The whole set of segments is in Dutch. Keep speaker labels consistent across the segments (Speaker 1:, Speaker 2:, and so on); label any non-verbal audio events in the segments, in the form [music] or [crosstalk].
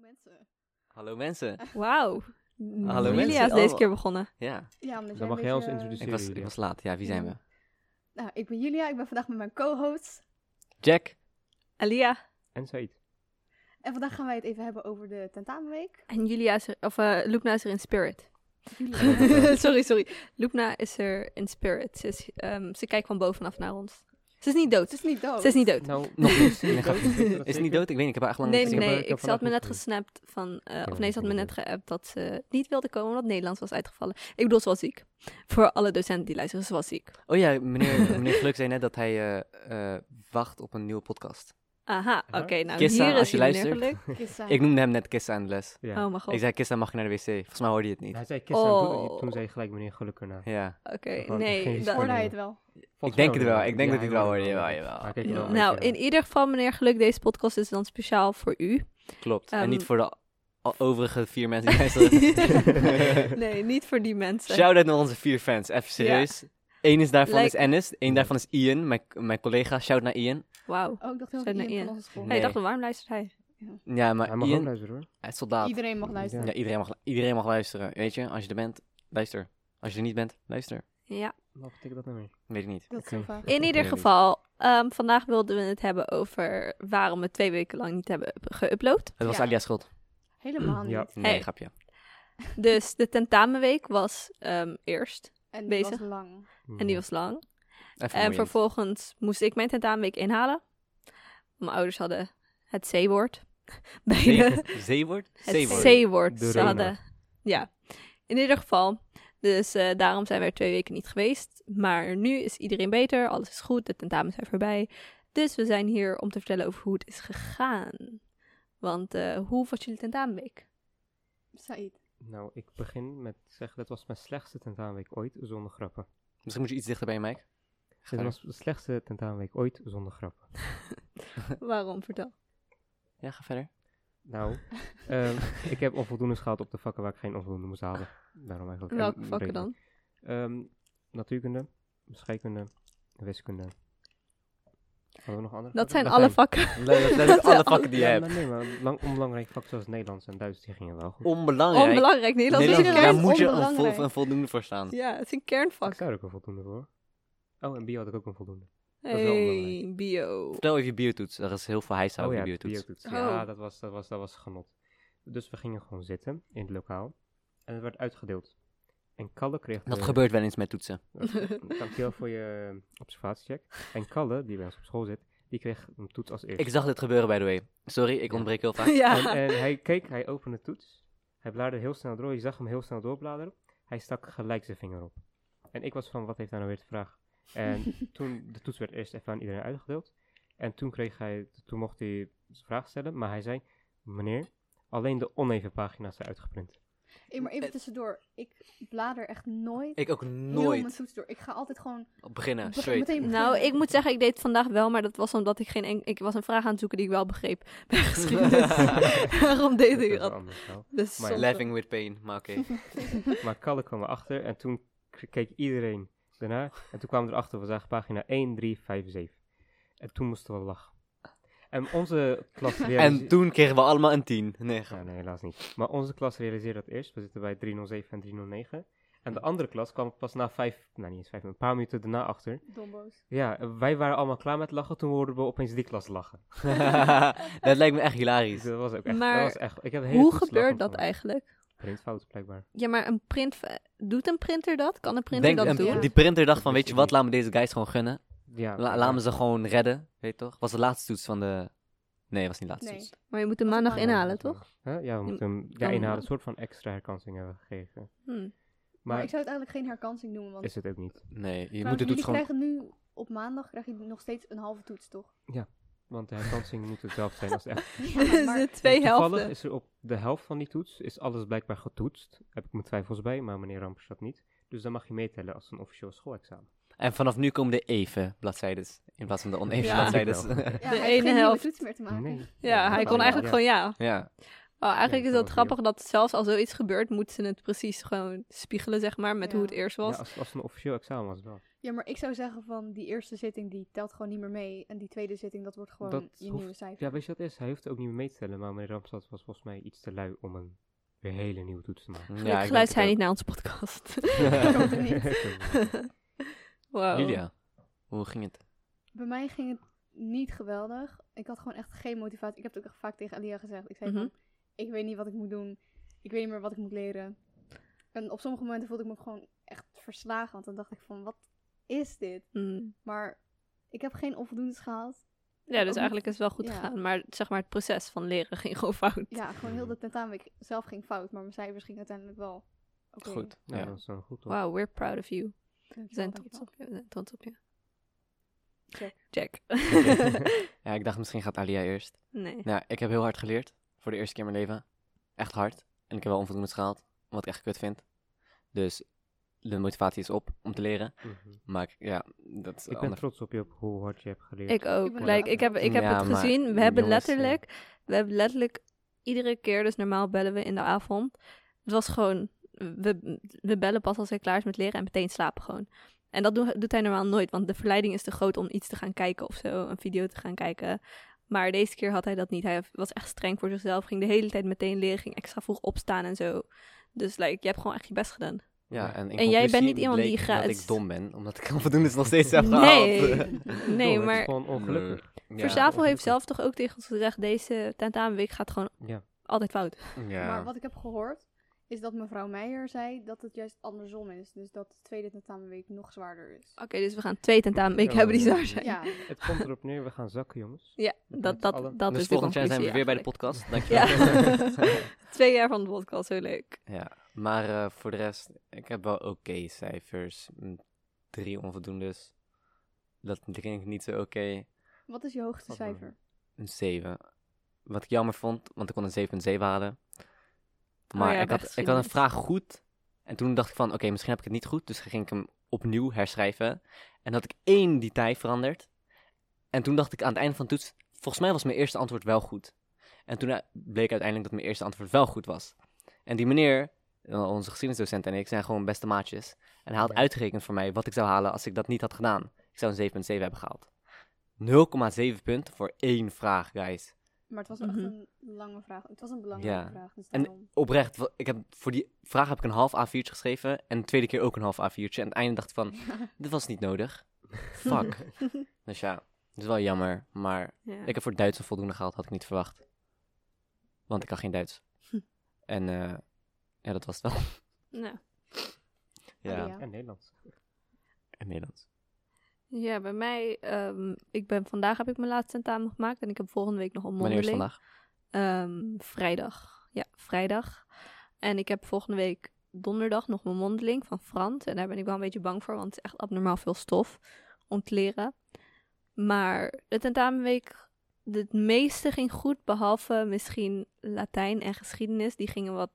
Speaker 1: mensen.
Speaker 2: Hallo mensen.
Speaker 3: Ah. Wauw.
Speaker 2: Hallo
Speaker 3: Julia
Speaker 2: mensen,
Speaker 3: is deze
Speaker 2: allemaal.
Speaker 3: keer begonnen.
Speaker 2: Ja,
Speaker 1: Ja, omdat jij
Speaker 4: Dan
Speaker 1: een
Speaker 4: mag jij ons
Speaker 1: beetje-
Speaker 2: ik
Speaker 4: introduceren.
Speaker 2: was, ik
Speaker 4: Julia.
Speaker 2: was laat. Ja, wie zijn we?
Speaker 1: Nou, ik ben Julia, ik ben vandaag met mijn co-host.
Speaker 2: Jack.
Speaker 3: Alia.
Speaker 2: [laughs]
Speaker 4: En Said.
Speaker 1: En vandaag gaan wij het even hebben over de tentamenweek.
Speaker 3: En Julia is er, of eh Lupna is er in spirit.
Speaker 4: [laughs]
Speaker 1: Julia.
Speaker 3: [laughs] sorry, sorry. Lupna is er in spirit. Ze, is, ehm, ze kijkt van bovenaf naar ons. Ze is niet
Speaker 1: het
Speaker 3: dood.
Speaker 1: is niet dood.
Speaker 3: Ze is niet dood.
Speaker 4: Nou,
Speaker 2: Nog niet. [laughs]
Speaker 4: Is
Speaker 2: Nee,
Speaker 4: het dood?
Speaker 2: grapje.
Speaker 4: Weet je dat
Speaker 2: Is het niet
Speaker 4: zeker?
Speaker 2: dood? Ik weet niet, ik heb haar echt lang
Speaker 3: Nee,
Speaker 2: niet
Speaker 3: nee,
Speaker 2: gezien.
Speaker 4: heb
Speaker 3: nee.
Speaker 4: haar- ik heb
Speaker 3: Ik
Speaker 4: haar
Speaker 3: zat me
Speaker 4: laten
Speaker 3: net
Speaker 4: zien.
Speaker 3: gesnapt van... eh,
Speaker 4: weet
Speaker 3: of
Speaker 4: het
Speaker 3: nee, ze had me
Speaker 4: niet
Speaker 3: net
Speaker 4: meer.
Speaker 3: geappt dat ze niet wilde komen omdat Nederlands was uitgevallen. Ik bedoel, ze was ziek. Voor alle docenten die luisteren, ze was ziek.
Speaker 2: Oh ja, meneer, [laughs] meneer Geluk zei net dat hij eh, eh, wacht op een nieuwe podcast.
Speaker 3: Aha, oké.
Speaker 4: Aha.
Speaker 3: nou,
Speaker 2: Kissa,
Speaker 3: hier
Speaker 2: als
Speaker 3: is
Speaker 2: je
Speaker 3: je
Speaker 2: luistert.
Speaker 3: meneer geluk.
Speaker 1: Kissa.
Speaker 2: Ik noemde hem net Kissa aan de les.
Speaker 4: Ja.
Speaker 3: Oh mijn god.
Speaker 2: Ik zei, Kissa, mag je naar de wc? Volgens mij hoorde je het niet.
Speaker 4: Hij zei Kiss aan
Speaker 3: Oh.
Speaker 4: Bloed- Toen zei gelijk meneer nou." Gelukker na.
Speaker 2: Ja.
Speaker 3: Oké,
Speaker 4: Gewoon geen
Speaker 3: nee. dat-
Speaker 1: Hoorde hij het wel?
Speaker 2: Ik denk het wel. Ik denk dat hij het wel hoorde. Jawel, jawel.
Speaker 3: Ja.
Speaker 2: wel een
Speaker 3: nou,
Speaker 4: eh,
Speaker 3: in ieder geval, meneer Geluk, deze podcast is dan speciaal voor u.
Speaker 2: Klopt. en
Speaker 3: Ehm,
Speaker 2: niet voor de o- overige vier mensen die luisteren. [laughs]
Speaker 3: [laughs] nee, niet voor die mensen.
Speaker 2: Shout-out naar onze vier fans. Even serieus. Eén is daarvan
Speaker 3: Like-
Speaker 2: is Ennis. Eén daarvan is Ian, mijn, mijn collega. Shout naar Ian.
Speaker 3: Wauw.
Speaker 1: Oh, ik dacht heel
Speaker 3: Zijn
Speaker 1: veel
Speaker 3: er
Speaker 1: van
Speaker 3: in?
Speaker 1: onze school.
Speaker 2: Nee.
Speaker 3: Hij dacht, waarom luistert hij?
Speaker 2: Ja, maar
Speaker 4: Hij mag ook
Speaker 2: Ian,
Speaker 4: luisteren hoor.
Speaker 2: hij is soldaat.
Speaker 1: Iedereen mag luisteren.
Speaker 2: Ja, iedereen mag, iedereen mag luisteren. Weet je, als je er bent, luister. Als je er niet bent, luister.
Speaker 3: Ja.
Speaker 4: Wat betekent dat nou weer?
Speaker 2: Weet ik niet.
Speaker 1: Dat is eh, zo
Speaker 4: Oké.
Speaker 1: vaak.
Speaker 3: In ieder
Speaker 2: niet.
Speaker 3: geval, ehm, vandaag wilden we het hebben over waarom we twee weken lang niet hebben up- geüpload.
Speaker 2: Het was
Speaker 1: Ja.
Speaker 2: Alia's schuld.
Speaker 1: Helemaal niet.
Speaker 4: Ja.
Speaker 2: Nee,
Speaker 3: Hey.
Speaker 2: grapje.
Speaker 3: Dus de tentamenweek was ehm, eerst
Speaker 1: En die
Speaker 3: Bezig.
Speaker 1: was lang.
Speaker 3: en die was lang.
Speaker 2: Even
Speaker 3: En
Speaker 2: vermoeiend. [laughs]
Speaker 3: vervolgens moest ik mijn tentamenweek inhalen. Mijn ouders hadden het C-woord [laughs] bij de,
Speaker 2: Zee- Zeewoord?
Speaker 3: Het
Speaker 2: Zeewoord.
Speaker 3: C-woord.
Speaker 4: De
Speaker 3: Ze
Speaker 4: Rona.
Speaker 3: hadden. Ja. In ieder geval. Dus eh, daarom zijn we er twee weken niet geweest. Maar nu is iedereen beter. Alles is goed. De tentamens zijn voorbij. Dus we zijn hier om te vertellen over hoe het is gegaan. Want eh, hoe was jullie
Speaker 4: [laughs]
Speaker 3: tentamenweek?
Speaker 1: Said.
Speaker 4: Nou, ik begin met zeggen, dat was mijn slechtste tentamenweek ooit zonder grappen.
Speaker 2: Misschien moet je iets dichter bij je mic.
Speaker 4: Dit was de slechtste tentamenweek ooit zonder grappen.
Speaker 3: Waarom? Vertel.
Speaker 2: Ja, ga [laughs] verder.
Speaker 4: Nou, ehm, ik heb onvoldoendes gehaald op de vakken waar ik geen onvoldoende moest halen. Daarom eigenlijk. En
Speaker 3: Welke vakken
Speaker 4: breder.
Speaker 3: dan?
Speaker 4: Ehm, natuurkunde, scheikunde, wiskunde. Hadden we nog andere?
Speaker 3: Dat zijn
Speaker 2: dat
Speaker 3: alle
Speaker 2: zijn-
Speaker 4: [laughs]
Speaker 3: vakken.
Speaker 2: Dat zijn alle
Speaker 3: alle-
Speaker 2: vakken die je
Speaker 4: Ja, maar
Speaker 2: hebt.
Speaker 4: nee, maar lang, onbelangrijke vakken zoals Nederlands en Duits, die gingen wel
Speaker 3: Oh,
Speaker 4: goed.
Speaker 2: Onbelangrijk.
Speaker 3: Onbelangrijk. Nederlands is een
Speaker 2: Nederlands,
Speaker 1: Nederlands is
Speaker 2: daar
Speaker 3: kern.
Speaker 2: moet je een,
Speaker 1: onbelangrijk.
Speaker 2: vol, een voldoende voor staan.
Speaker 3: Ja, het is een
Speaker 4: Ik
Speaker 3: kernvak.
Speaker 4: zou er ook een voldoende voor. Oh, en bio had ik ook een voldoende. is wel
Speaker 3: Hey,
Speaker 4: onbelangrijk.
Speaker 3: bio.
Speaker 2: Vertel even je biotoets. Er is heel veel hijs over je
Speaker 4: de
Speaker 2: Oh biotoets.
Speaker 4: biotoets. Ja,
Speaker 3: Oh.
Speaker 4: dat was, dat, was, dat was genot. Dus we gingen gewoon zitten in het lokaal. En het werd uitgedeeld. En Kalle kreeg...
Speaker 2: Dat
Speaker 4: de- Oh,
Speaker 2: gebeurt wel eens met toetsen.
Speaker 4: Dankjewel voor je eh, observatiecheck. En Kalle, die bij ons op school zit, die kreeg een toets als eerste.
Speaker 2: Ik zag dit gebeuren, by the way. Sorry, ik
Speaker 4: Ja.
Speaker 2: ontbreek heel
Speaker 3: [laughs]
Speaker 2: vaak.
Speaker 4: En, eh,
Speaker 3: Ja.
Speaker 4: en hij keek, hij opende de toets. Hij bladerde heel snel door. Je zag hem heel snel doorbladeren. Hij stak gelijk zijn vinger op. En ik was van, wat heeft hij nou weer te vragen? En toen, de toets werd eerst even aan iedereen uitgedeeld. En toen kreeg hij, toen mocht hij zijn vraag stellen. Maar hij zei, meneer, alleen de oneven pagina's zijn uitgeprint.
Speaker 1: Hey, maar even tussendoor. Ik blader echt nooit
Speaker 2: Ik ook
Speaker 1: heel mijn
Speaker 2: nooit
Speaker 1: toets door. Ik ga altijd gewoon
Speaker 2: beginnen.
Speaker 1: be-
Speaker 2: Straight.
Speaker 1: meteen
Speaker 3: Nou,
Speaker 1: beginnen.
Speaker 3: ik moet zeggen, ik deed het vandaag wel, maar dat was omdat ik geen en- ik was een vraag aan het zoeken die ik wel begreep
Speaker 4: [laughs]
Speaker 3: bij geschiedenis. [laughs] Daarom deed
Speaker 4: is
Speaker 3: ik
Speaker 4: wel
Speaker 3: dat.
Speaker 4: anders wel.
Speaker 3: Dus
Speaker 4: Maar
Speaker 3: soms-
Speaker 2: Laughing with pain, maar oké.
Speaker 4: Maar Kalle kwam erachter en toen k- keek iedereen ernaar. En toen kwamen we erachter, we zagen pagina 1, 3, 5, 7. En toen moesten we lachen. En onze klas
Speaker 2: En
Speaker 4: realiseerde...
Speaker 2: toen kregen we allemaal een 10. Nee, grap.
Speaker 4: Ja, nee, helaas niet. Maar onze klas realiseerde dat eerst. We zitten bij 307 en 309. En de andere klas kwam pas na vijf, nou niet eens vijf, maar een paar minuten daarna achter.
Speaker 1: [laughs] Dombo's.
Speaker 4: Ja, en wij waren allemaal klaar met lachen. Toen hoorden we opeens die klas lachen.
Speaker 2: [laughs] dat lijkt me echt
Speaker 4: Dus
Speaker 2: hilarisch.
Speaker 4: dat was ook echt.
Speaker 3: Maar
Speaker 4: dat was echt ik heb een hele
Speaker 3: Hoe
Speaker 4: goede
Speaker 3: gebeurt
Speaker 4: slagroom
Speaker 3: dat
Speaker 4: van.
Speaker 3: eigenlijk?
Speaker 4: Printfout, blijkbaar.
Speaker 3: Ja, maar een print doet een printer dat? Kan een printer
Speaker 2: Denk,
Speaker 3: dat
Speaker 2: een-
Speaker 3: doen?
Speaker 1: Ja.
Speaker 2: die printer dacht van,
Speaker 4: Dat
Speaker 2: weet je
Speaker 4: wist ik
Speaker 2: wat,
Speaker 4: niet.
Speaker 2: laat me deze guys gewoon gunnen.
Speaker 4: Ja,
Speaker 2: La, laat me ze gewoon redden, weet je toch? Was de laatste toets van de... Nee, was niet de laatste
Speaker 1: Nee.
Speaker 2: toets.
Speaker 3: Maar je moet hem
Speaker 1: Dat is
Speaker 3: maandag
Speaker 1: belangrijk.
Speaker 3: inhalen, toch?
Speaker 4: Hè? Ja, we moeten hem ja,
Speaker 3: dan-
Speaker 4: inhalen. Een soort van extra herkansing hebben we gegeven.
Speaker 3: Hm.
Speaker 1: Maar,
Speaker 4: Maar
Speaker 1: ik zou het eigenlijk geen herkansing noemen. Want
Speaker 4: is het ook niet.
Speaker 2: Nee, je moet
Speaker 1: trouwens,
Speaker 2: de
Speaker 1: jullie
Speaker 2: toets gewoon...
Speaker 1: krijgen nu op maandag krijg je nog steeds een halve toets, toch?
Speaker 4: Want de herkansing moet hetzelfde
Speaker 3: [laughs]
Speaker 4: zijn als de echte.
Speaker 3: Dus
Speaker 1: maar-
Speaker 3: de twee
Speaker 4: Nou, Toevallig
Speaker 3: helften.
Speaker 4: is er op de helft van die toets is alles blijkbaar getoetst. Heb ik mijn twijfels bij, maar meneer Rampers dat niet. Dus dan mag je meetellen als een officieel schoolexamen.
Speaker 2: En vanaf nu komen de even bladzijdes in plaats van de oneven
Speaker 3: Ja.
Speaker 2: bladzijdes.
Speaker 4: Dankjewel.
Speaker 1: Ja,
Speaker 3: De
Speaker 1: hij heeft
Speaker 3: ene
Speaker 1: geen nieuwe
Speaker 3: helft.
Speaker 1: toets meer te maken.
Speaker 4: Nee.
Speaker 3: Ja, hij kon eigenlijk gewoon ja.
Speaker 2: [laughs] ja.
Speaker 3: Oh, eigenlijk
Speaker 4: Ja,
Speaker 3: is
Speaker 4: dat
Speaker 3: dat
Speaker 4: was
Speaker 3: grappig dat zelfs als zoiets gebeurt, moeten ze het precies gewoon spiegelen, zeg maar, met
Speaker 1: Ja.
Speaker 3: hoe het eerst
Speaker 4: Ja,
Speaker 3: was.
Speaker 4: als, als een officieel examen was wel.
Speaker 1: Ja, maar ik zou zeggen van die eerste zitting, die telt gewoon niet meer mee. En die tweede zitting, dat wordt gewoon
Speaker 4: Dat
Speaker 1: je
Speaker 4: hoeft-
Speaker 1: nieuwe cijfer.
Speaker 4: Ja, weet je wat het is? Hij hoeft ook niet meer mee te tellen, maar meneer Ramstad was volgens mij iets te lui om een weer hele nieuwe toets
Speaker 1: [laughs]
Speaker 4: te maken.
Speaker 2: Ja,
Speaker 3: Gelukkig
Speaker 2: ik
Speaker 3: luistert hij
Speaker 2: denk
Speaker 3: niet naar onze podcast. [laughs]
Speaker 2: het ook.
Speaker 1: niet.
Speaker 4: [laughs]
Speaker 1: [laughs]
Speaker 3: wow.
Speaker 2: Julia, hoe ging het?
Speaker 1: Bij mij ging het niet geweldig. Ik had gewoon echt geen motivatie. Ik heb het ook echt vaak tegen Alia gezegd. Ik zei
Speaker 3: Mhm.
Speaker 1: van, ik weet niet wat ik moet doen. Ik weet niet meer wat ik moet leren. En op sommige momenten voelde ik me gewoon echt verslagen. Want dan dacht ik van, wat is dit?
Speaker 3: Mm.
Speaker 1: Maar ik heb geen onvoldoendes gehaald. Ook
Speaker 3: Ja, dus
Speaker 1: niet-
Speaker 3: eigenlijk is het wel goed
Speaker 1: ja.
Speaker 3: gegaan. Maar zeg maar, het proces van leren ging gewoon fout.
Speaker 1: Ja, gewoon heel de tentamenweek zelf ging fout. Maar mijn cijfers gingen uiteindelijk wel oké.
Speaker 2: Goed.
Speaker 4: Nou,
Speaker 2: Ja.
Speaker 4: dat is dan goed toch?
Speaker 3: Wow, we're proud of you.
Speaker 1: Dankjewel,
Speaker 3: We zijn
Speaker 1: dankjewel.
Speaker 3: trots op je. We zijn trots op je.
Speaker 1: Check. [laughs]
Speaker 3: Check.
Speaker 2: Ja, ik dacht misschien gaat Alia eerst.
Speaker 3: nee.
Speaker 2: Nou, ik heb heel hard geleerd. Voor de eerste keer in mijn leven. Echt hard. En ik heb wel onvoldoende gehaald. Wat ik echt kut vind. Dus de motivatie is op om te leren.
Speaker 4: Mhm.
Speaker 2: Maar ik- ja, dat is
Speaker 4: Ik ben
Speaker 2: anders.
Speaker 4: trots op je op hoe hard je hebt geleerd.
Speaker 3: Ik ook.
Speaker 1: ben
Speaker 3: Ik,
Speaker 1: er ook
Speaker 3: like, ik heb, ik heb
Speaker 2: Ja,
Speaker 3: het
Speaker 2: maar
Speaker 3: gezien. We hebben
Speaker 2: jongens, ja.
Speaker 3: letterlijk... We hebben letterlijk iedere keer... Dus normaal bellen we in de avond. Het was gewoon... We, we bellen pas als hij klaar is met leren en meteen slapen gewoon. En dat doe- doet hij normaal nooit. Want de verleiding is te groot om iets te gaan kijken of zo. Een video te gaan kijken. Maar deze keer had hij dat niet. Hij was echt streng voor zichzelf. Ging de hele tijd meteen leren. Ging extra vroeg opstaan en zo. Dus like, je hebt gewoon echt je best gedaan.
Speaker 2: Ja, en, in
Speaker 3: En jij bent
Speaker 2: conclusie
Speaker 3: niet iemand die
Speaker 2: bleek
Speaker 3: graag-
Speaker 2: dat ik dom ben, omdat ik [laughs] onvoldoende dus nog steeds heb
Speaker 3: Nee.
Speaker 2: gehaald. [laughs]
Speaker 3: Nee,
Speaker 4: Het is
Speaker 3: maar
Speaker 4: gewoon ongelukkig.
Speaker 2: Ja.
Speaker 3: Verzavel heeft
Speaker 4: ongelukkig.
Speaker 3: zelf toch ook tegen ons gezegd... deze tentamenweek gaat gewoon
Speaker 4: Ja.
Speaker 3: altijd fout.
Speaker 2: Ja.
Speaker 1: Maar wat ik heb gehoord, is dat mevrouw Meijer zei dat het juist andersom is. Dus dat de tweede tentamenweek nog zwaarder is.
Speaker 3: Oké, dus we gaan twee tentamenweken
Speaker 4: Ja,
Speaker 3: hebben die
Speaker 4: maar-
Speaker 3: zwaar zijn. Ja,
Speaker 1: Ja,
Speaker 4: Het komt erop neer, we gaan zakken, jongens.
Speaker 2: eh,
Speaker 3: dat, dat,
Speaker 4: alle-
Speaker 3: dat
Speaker 2: dus
Speaker 3: is de
Speaker 2: volgend jaar zijn we weer bij
Speaker 3: conclusie
Speaker 2: de
Speaker 3: eigenlijk.
Speaker 2: podcast. Dankjewel.
Speaker 3: Ja. Twee jaar van de podcast, heel leuk.
Speaker 2: Ja, [laughs] maar eh, voor de rest, ik heb wel oké cijfers. Mm, Drie onvoldoendes. Dat denk ik niet zo oké.
Speaker 1: wat is je hoogste
Speaker 4: Valt wel mee.
Speaker 1: cijfer?
Speaker 2: Een 7. Wat ik jammer vond, want ik kon een 7,7 halen.
Speaker 3: Oh
Speaker 2: Maar
Speaker 3: ja,
Speaker 2: ik,
Speaker 3: bij
Speaker 2: had, ik had een
Speaker 3: geschiedenis.
Speaker 2: vraag goed. En toen dacht ik van, oké, misschien heb ik het niet goed. Dus ging ik hem opnieuw herschrijven. En had ik één detail veranderd. En toen dacht ik aan het einde van de toets, volgens mij was mijn eerste antwoord wel goed. En toen eh, bleek uiteindelijk dat mijn eerste antwoord wel goed was. En die meneer, eh, onze geschiedenisdocent en ik, zijn gewoon beste maatjes. En hij had
Speaker 4: Ja.
Speaker 2: uitgerekend voor mij wat ik zou halen als ik dat niet had gedaan. Ik zou een 7,7 hebben gehaald. 0,7 punten voor één vraag, guys.
Speaker 1: Maar het was echt
Speaker 3: Mhm.
Speaker 1: een lange vraag. Het was een belangrijke
Speaker 2: Ja.
Speaker 1: vraag. Dus
Speaker 2: En-
Speaker 1: daarom.
Speaker 2: Oprecht, wa- ik heb, voor die vraag heb ik een half A4'tje geschreven. En de tweede keer ook een half A4'tje. En aan het einde dacht ik van,
Speaker 3: [laughs]
Speaker 2: dit was niet nodig. Fuck. dus ja, het is wel jammer. Maar
Speaker 3: Ja.
Speaker 2: ik heb voor Duits een voldoende gehaald, had ik niet verwacht. Want ik kan geen Duits.
Speaker 3: Hm.
Speaker 2: En eh, ja, dat was het wel.
Speaker 3: Nou.
Speaker 1: Ja.
Speaker 2: ja,
Speaker 1: Ja.
Speaker 4: En Nederlands.
Speaker 2: en Nederlands.
Speaker 3: ja, bij mij, ehm, ik ben, vandaag heb ik mijn laatste tentamen gemaakt en ik heb volgende week nog een
Speaker 2: Wanneer is
Speaker 3: mondeling.
Speaker 2: het
Speaker 3: [laughs]
Speaker 2: vandaag?
Speaker 3: Ehm, vrijdag. Ja, vrijdag. En ik heb volgende week donderdag nog mijn mondeling van Frans. En daar ben ik wel een beetje bang voor, want het is echt abnormaal veel stof om te leren. Maar de tentamenweek, het meeste ging goed, behalve misschien Latijn en geschiedenis. Die gingen wat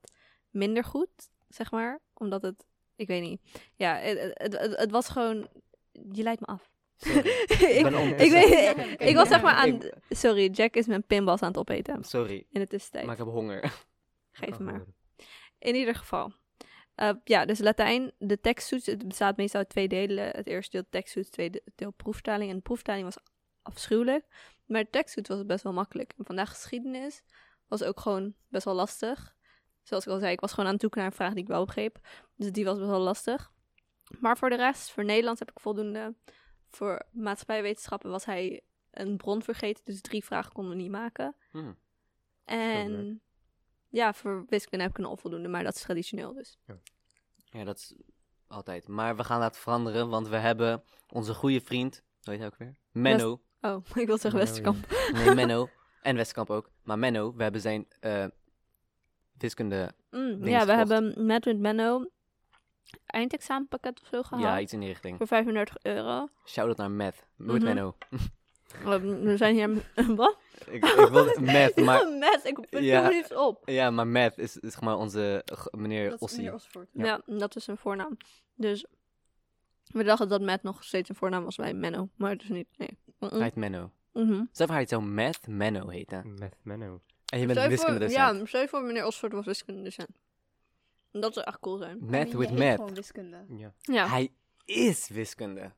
Speaker 3: minder goed, zeg maar. Omdat het, ik weet niet. Ja, het, het, het, het was gewoon, je leidt me af. ik,
Speaker 2: ben on-
Speaker 3: ik, weet,
Speaker 1: Ja,
Speaker 3: ik was
Speaker 1: ja.
Speaker 3: zeg maar aan,
Speaker 2: Ik-
Speaker 3: sorry, Jack is mijn pinballs aan het opeten.
Speaker 2: Sorry,
Speaker 3: In de tussentijd.
Speaker 2: maar ik heb honger.
Speaker 3: Geef
Speaker 2: oh.
Speaker 4: Kan
Speaker 3: maar.
Speaker 4: gebeuren.
Speaker 3: In ieder geval. Eh, ja, dus Latijn, de teksttoets, het bestaat meestal uit twee delen. Het eerste deel teksttoets, het tweede deel proeftaling. En de proeftaling was afschuwelijk. Maar de teksttoets was best wel makkelijk. En vandaag geschiedenis was ook gewoon best wel lastig. Zoals ik al zei, ik was gewoon aan het zoeken naar een vraag die ik wel begreep. Dus die was best wel lastig. Maar voor de rest, voor Nederlands heb ik voldoende. Voor maatschappijwetenschappen was hij een bron vergeten. Dus drie vragen konden we niet maken.
Speaker 2: Hmm.
Speaker 3: En ja, voor wiskunde heb ik een onvoldoende, maar dat is traditioneel dus.
Speaker 2: Ja, dat is altijd. Maar we gaan laten veranderen, want we hebben onze goede vriend. Hoe heet hij ook weer? Menno.
Speaker 3: Oh, [laughs] ik wil zeggen
Speaker 4: Ja,
Speaker 3: Westerkamp.
Speaker 2: Nee, Menno. [laughs] En Westkamp ook. Maar Menno, we hebben zijn eh, wiskunde.
Speaker 3: Mm,
Speaker 2: Links
Speaker 3: ja, we
Speaker 2: gekocht.
Speaker 3: hebben met met Menno eindexamenpakket of zo gehaald.
Speaker 2: Ja, iets in die richting.
Speaker 3: Voor 35 euro.
Speaker 2: Shout out naar Matt. Nooit
Speaker 3: Mhm.
Speaker 2: Menno.
Speaker 3: We we zijn hier... Wat?
Speaker 2: [laughs] Ik, ik wilde Matt, maar.
Speaker 3: Ja, mes, ik vind
Speaker 2: Ja.
Speaker 3: er niets op.
Speaker 2: Ja, maar Matt is, is zeg maar onze g- meneer
Speaker 1: Dat is
Speaker 2: Ossie.
Speaker 1: meneer Osvoort.
Speaker 3: Ja. dat is een voornaam. Dus we dachten dat Matt nog steeds een voornaam was bij Menno, maar het is niet. Nee. Mm-mm.
Speaker 2: Hij heet Menno.
Speaker 3: Mhm.
Speaker 2: Zelf hij het zou Matt Menno heten.
Speaker 4: [laughs] Met Menno.
Speaker 2: En je bent
Speaker 3: Stel je voor-
Speaker 2: wiskunde
Speaker 3: Ja, stel je voor meneer Osford was wiskundedocent. Dat zou echt cool zijn.
Speaker 1: I
Speaker 2: Math
Speaker 1: mean,
Speaker 2: with
Speaker 1: je eet
Speaker 2: Math.
Speaker 1: gewoon wiskunde.
Speaker 4: Ja. [laughs]
Speaker 3: Ja.
Speaker 2: Hij is wiskunde.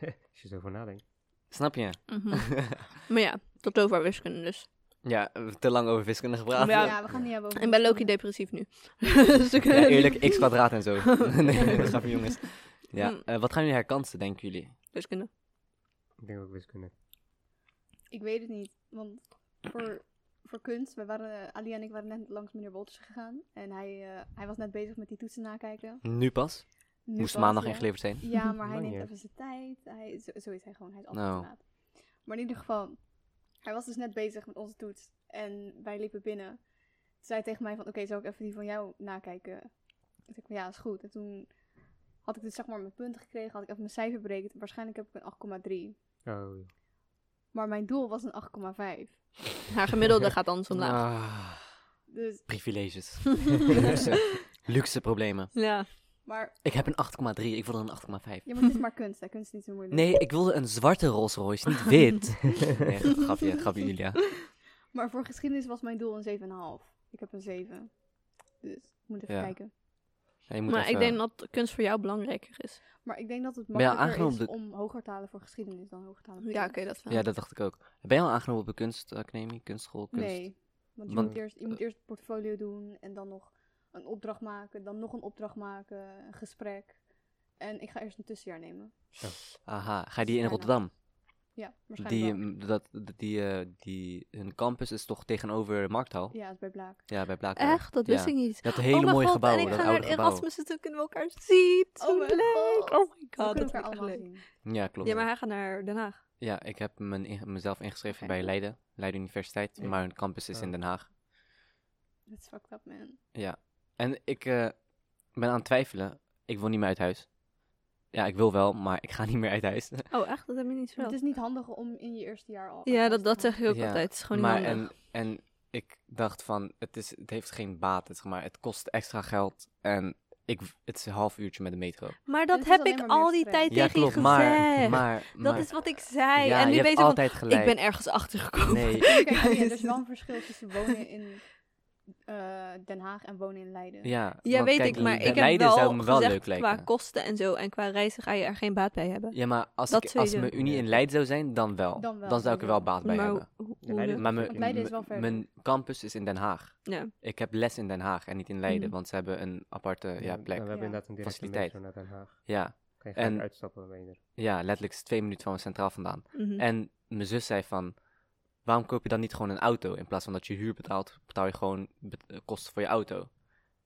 Speaker 4: Als je zo over nadenkt.
Speaker 2: Snap je?
Speaker 3: Mhm. maar ja, tot over
Speaker 2: [laughs]
Speaker 3: wiskunde dus.
Speaker 2: ja, we hebben te lang over wiskunde gepraat.
Speaker 3: Ja.
Speaker 1: Ja, we gaan het niet hebben over...
Speaker 3: Ik ben Loki
Speaker 1: wiskunde.
Speaker 3: depressief nu. [laughs] Dus
Speaker 1: [laughs]
Speaker 3: ik-
Speaker 2: Ja, eerlijk, x kwadraat en zo. [laughs] nee, dat grapje jongens. Ja,
Speaker 1: Mm.
Speaker 3: Hm.
Speaker 2: eh, wat gaan jullie herkansen, denken jullie?
Speaker 3: [laughs] Wiskunde.
Speaker 4: Ik denk ook wiskunde.
Speaker 1: Ik weet het niet, want voor, voor kunst, we waren, Ali en ik waren net langs meneer Wolters gegaan. En hij, eh, hij was net bezig met die toetsen nakijken.
Speaker 2: Nu pas?
Speaker 1: Nu
Speaker 2: Moest
Speaker 1: pas,
Speaker 2: maandag
Speaker 1: ja.
Speaker 2: ingeleverd zijn.
Speaker 1: Ja, maar hij
Speaker 4: Lang
Speaker 1: neemt
Speaker 4: niet.
Speaker 1: even zijn tijd. Hij, zo, zo is hij gewoon. Hij is
Speaker 2: Nou.
Speaker 1: altijd te laat. Maar in ieder geval, hij was dus net bezig met onze toets. En wij liepen binnen. Toen zei hij tegen mij van, oké, zal ik even die van jou nakijken? Toen zei ik van, ja, is goed. En toen had ik dus zeg maar mijn punten gekregen. Had ik even mijn cijfer berekend. Waarschijnlijk heb ik een 8,3.
Speaker 4: Oh, ja.
Speaker 1: Maar mijn doel was een 8,5.
Speaker 3: Haar gemiddelde gaat anders omlaag.
Speaker 2: Ah,
Speaker 1: Dus, [laughs]
Speaker 2: privileges. luxe, luxe problemen.
Speaker 3: Ja.
Speaker 1: maar,
Speaker 2: Ik heb een 8,3, ik wilde een 8,5.
Speaker 1: ja, maar het is
Speaker 2: [laughs]
Speaker 1: maar kunst. Hè. Kunst is niet zo moeilijk.
Speaker 2: Nee, ik wilde een zwarte Rolls
Speaker 1: [laughs]
Speaker 2: Royce, niet wit. Nee, grapje, grapje Julia.
Speaker 1: Maar voor geschiedenis was mijn doel een 7,5. Ik heb een 7. Dus, ik moet even
Speaker 2: Ja.
Speaker 1: kijken.
Speaker 2: Ja, je moet
Speaker 3: Maar
Speaker 2: even-
Speaker 3: ik denk dat kunst voor jou belangrijker is.
Speaker 1: Maar ik denk dat het
Speaker 2: Maar ja,
Speaker 1: makkelijker is
Speaker 2: aangenomen
Speaker 1: om hoger te halen voor geschiedenis dan hoger te halen voor
Speaker 3: Ja, oké,
Speaker 1: kunst.
Speaker 3: dat wel.
Speaker 2: Ja, dat dacht ik ook. Ben je al aangenomen op de kunstacademie, kunstschool, kunst?
Speaker 1: Nee, want je,
Speaker 2: Want- eh,
Speaker 1: moet, eerst, je moet eerst een portfolio doen en dan nog een opdracht maken, dan nog een opdracht maken, een gesprek. En ik ga eerst een tussenjaar nemen.
Speaker 2: Aha, ga je die in
Speaker 1: Ja,
Speaker 2: Rotterdam?
Speaker 1: Ja, waarschijnlijk
Speaker 2: Die,
Speaker 1: wel.
Speaker 2: m, dat, die, eh, die, hun campus is toch tegenover Markthal? Ja,
Speaker 1: Ja, dat is bij Blaak.
Speaker 2: bij Blaken.
Speaker 3: Echt? Dat wist
Speaker 2: Ja.
Speaker 3: ik niet.
Speaker 2: Je had hele
Speaker 3: oh mijn
Speaker 2: mooie
Speaker 3: god,
Speaker 2: gebouwen,
Speaker 3: en ik
Speaker 2: dat
Speaker 3: ga
Speaker 2: oude
Speaker 3: naar
Speaker 2: gebouw.
Speaker 3: Erasmus en toen kunnen we elkaar zien.
Speaker 1: Oh
Speaker 3: Zo
Speaker 1: mijn
Speaker 3: leuk.
Speaker 1: god.
Speaker 3: Oh my god,
Speaker 1: kunnen
Speaker 3: dat
Speaker 1: elkaar
Speaker 3: vind ik echt
Speaker 1: allemaal
Speaker 3: leuk.
Speaker 1: zien.
Speaker 2: Ja, klopt.
Speaker 3: Ja, maar hij gaat naar Den Haag.
Speaker 2: Ja, ik heb mijn inge- mezelf ingeschreven
Speaker 1: Oké.
Speaker 2: bij Leiden, Leiden Universiteit,
Speaker 4: Ja.
Speaker 2: maar hun campus is in
Speaker 4: Oh.
Speaker 2: Den Haag.
Speaker 1: Dat is fucked up, man.
Speaker 2: En ik eh, ben aan het twijfelen, ik wil niet meer uit huis. Ja, ik wil wel, maar ik ga niet meer uit huis.
Speaker 3: Oh, echt? Dat heb je niet
Speaker 1: Maar Het
Speaker 3: verteld.
Speaker 1: is niet handig om in je eerste jaar al...
Speaker 3: Ja,
Speaker 1: uit huis
Speaker 3: dat, dat
Speaker 1: te gaan.
Speaker 3: zeg ik ook
Speaker 2: Ja,
Speaker 3: altijd. Het is gewoon
Speaker 2: maar
Speaker 3: niet handig.
Speaker 2: en, en ik dacht van, het, is, het heeft geen baat, het, zeg maar, het kost extra geld en ik, het is een half uurtje met de metro.
Speaker 3: Maar
Speaker 1: het
Speaker 3: dat
Speaker 1: is
Speaker 3: heb
Speaker 1: alleen
Speaker 3: ik
Speaker 1: maar
Speaker 3: al
Speaker 1: meer
Speaker 3: die
Speaker 1: stress.
Speaker 3: tijd
Speaker 2: Ja,
Speaker 3: tegen
Speaker 2: klopt,
Speaker 3: je
Speaker 2: maar,
Speaker 3: gezegd.
Speaker 2: maar,
Speaker 3: dat
Speaker 2: maar-
Speaker 3: is wat ik zei.
Speaker 2: ja,
Speaker 3: en
Speaker 2: je
Speaker 3: nu
Speaker 2: hebt
Speaker 3: ben je van,
Speaker 2: altijd gelijk.
Speaker 3: ik ben ergens achtergekomen.
Speaker 2: Nee,
Speaker 3: [laughs]
Speaker 1: Kijk, ja, er is wel een verschil tussen wonen in eh, Den Haag en wonen in Leiden.
Speaker 2: ja.
Speaker 3: Ja,
Speaker 2: want
Speaker 3: weet
Speaker 2: kijk,
Speaker 3: ik, maar
Speaker 2: Le-
Speaker 3: ik heb
Speaker 2: Leiden
Speaker 3: wel,
Speaker 2: zou me wel
Speaker 3: gezegd,
Speaker 2: leuk
Speaker 3: qua
Speaker 2: lijken.
Speaker 3: kosten en zo en qua reizen ga je er geen baat bij hebben.
Speaker 2: Ja, maar als,
Speaker 3: Dat
Speaker 2: ik, als
Speaker 3: tweede.
Speaker 2: mijn unie in Leiden zou zijn, dan wel.
Speaker 1: Dan wel,
Speaker 2: zou ik er wel
Speaker 1: sowieso.
Speaker 2: baat bij
Speaker 3: maar
Speaker 2: hebben.
Speaker 3: hoe-
Speaker 4: Ja, Leiden-
Speaker 3: hoe-
Speaker 2: Maar
Speaker 4: Want
Speaker 2: mijn,
Speaker 1: Leiden is wel
Speaker 2: m-
Speaker 1: verder.
Speaker 2: mijn campus is in Den Haag.
Speaker 3: Ja.
Speaker 2: Ik heb les in Den Haag en niet in Leiden,
Speaker 3: Mhm.
Speaker 2: want ze hebben een aparte ja,
Speaker 4: we
Speaker 2: plek.
Speaker 4: hebben
Speaker 1: Ja.
Speaker 4: inderdaad een directe
Speaker 2: Faciliteit.
Speaker 4: metro naar Den Haag.
Speaker 2: Ja.
Speaker 4: Kan je gelijk
Speaker 2: En- dus-
Speaker 4: uitstappen, ben je er.
Speaker 2: ja, letterlijk is het twee minuten van mijn centraal vandaan.
Speaker 3: Mhm.
Speaker 2: En mijn zus zei van, waarom koop je dan niet gewoon een auto? In plaats van dat je huur betaalt, betaal je gewoon bet- eh, kosten voor je auto.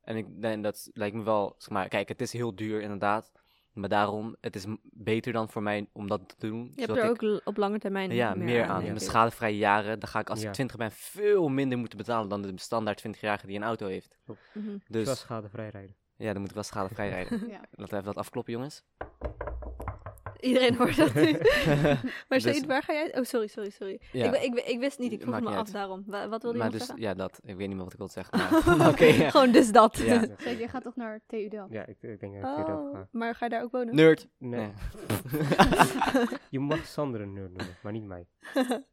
Speaker 2: En ik, en dat lijkt me wel, zeg maar, kijk, het is heel duur inderdaad. Maar daarom, het is m- beter dan voor mij om dat te doen.
Speaker 3: je hebt
Speaker 2: zodat
Speaker 3: er
Speaker 2: dus ik-
Speaker 3: ook l- op lange termijn
Speaker 2: Ja, meer, aan.
Speaker 3: denk
Speaker 2: Mijn
Speaker 3: ik.
Speaker 2: schadevrije jaren, dan ga ik als
Speaker 4: Ja.
Speaker 2: ik 20 ben veel minder moeten betalen dan de standaard 20-jarige die een auto heeft.
Speaker 3: Mhm.
Speaker 4: Dus wel
Speaker 2: Dus
Speaker 4: schadevrij rijden.
Speaker 2: ja, dan moet ik wel schadevrij
Speaker 3: [laughs]
Speaker 2: rijden.
Speaker 1: Ja.
Speaker 2: Laten we even dat afkloppen, jongens.
Speaker 3: Iedereen hoort [laughs]
Speaker 2: [laughs]
Speaker 3: dat nu. maar
Speaker 2: Dus-
Speaker 3: Said, waar ga jij... Oh, sorry, sorry, sorry.
Speaker 2: Ja.
Speaker 3: Ik, ik, ik wist niet, ik vroeg
Speaker 2: Maakt
Speaker 3: me
Speaker 2: niet
Speaker 3: af
Speaker 2: uit.
Speaker 3: daarom. Wa- Wat wilde je
Speaker 2: maar
Speaker 3: nog
Speaker 2: dus,
Speaker 3: zeggen?
Speaker 2: ja, dat. Ik weet niet meer wat ik wil zeggen. Maar,
Speaker 3: [laughs]
Speaker 2: [laughs] maar oké, ja.
Speaker 3: Gewoon dus [laughs] dat.
Speaker 2: Ja.
Speaker 4: Ja,
Speaker 1: [laughs] Zeker, je gaat toch naar TU Delft?
Speaker 4: Ja, ik, ik denk dat ik hier wel
Speaker 3: Oh,
Speaker 4: ga.
Speaker 3: maar ga je daar ook wonen?
Speaker 2: Nerd.
Speaker 4: Nee,
Speaker 2: Nee.
Speaker 4: Je mag Sander een nerd noemen, maar niet mij.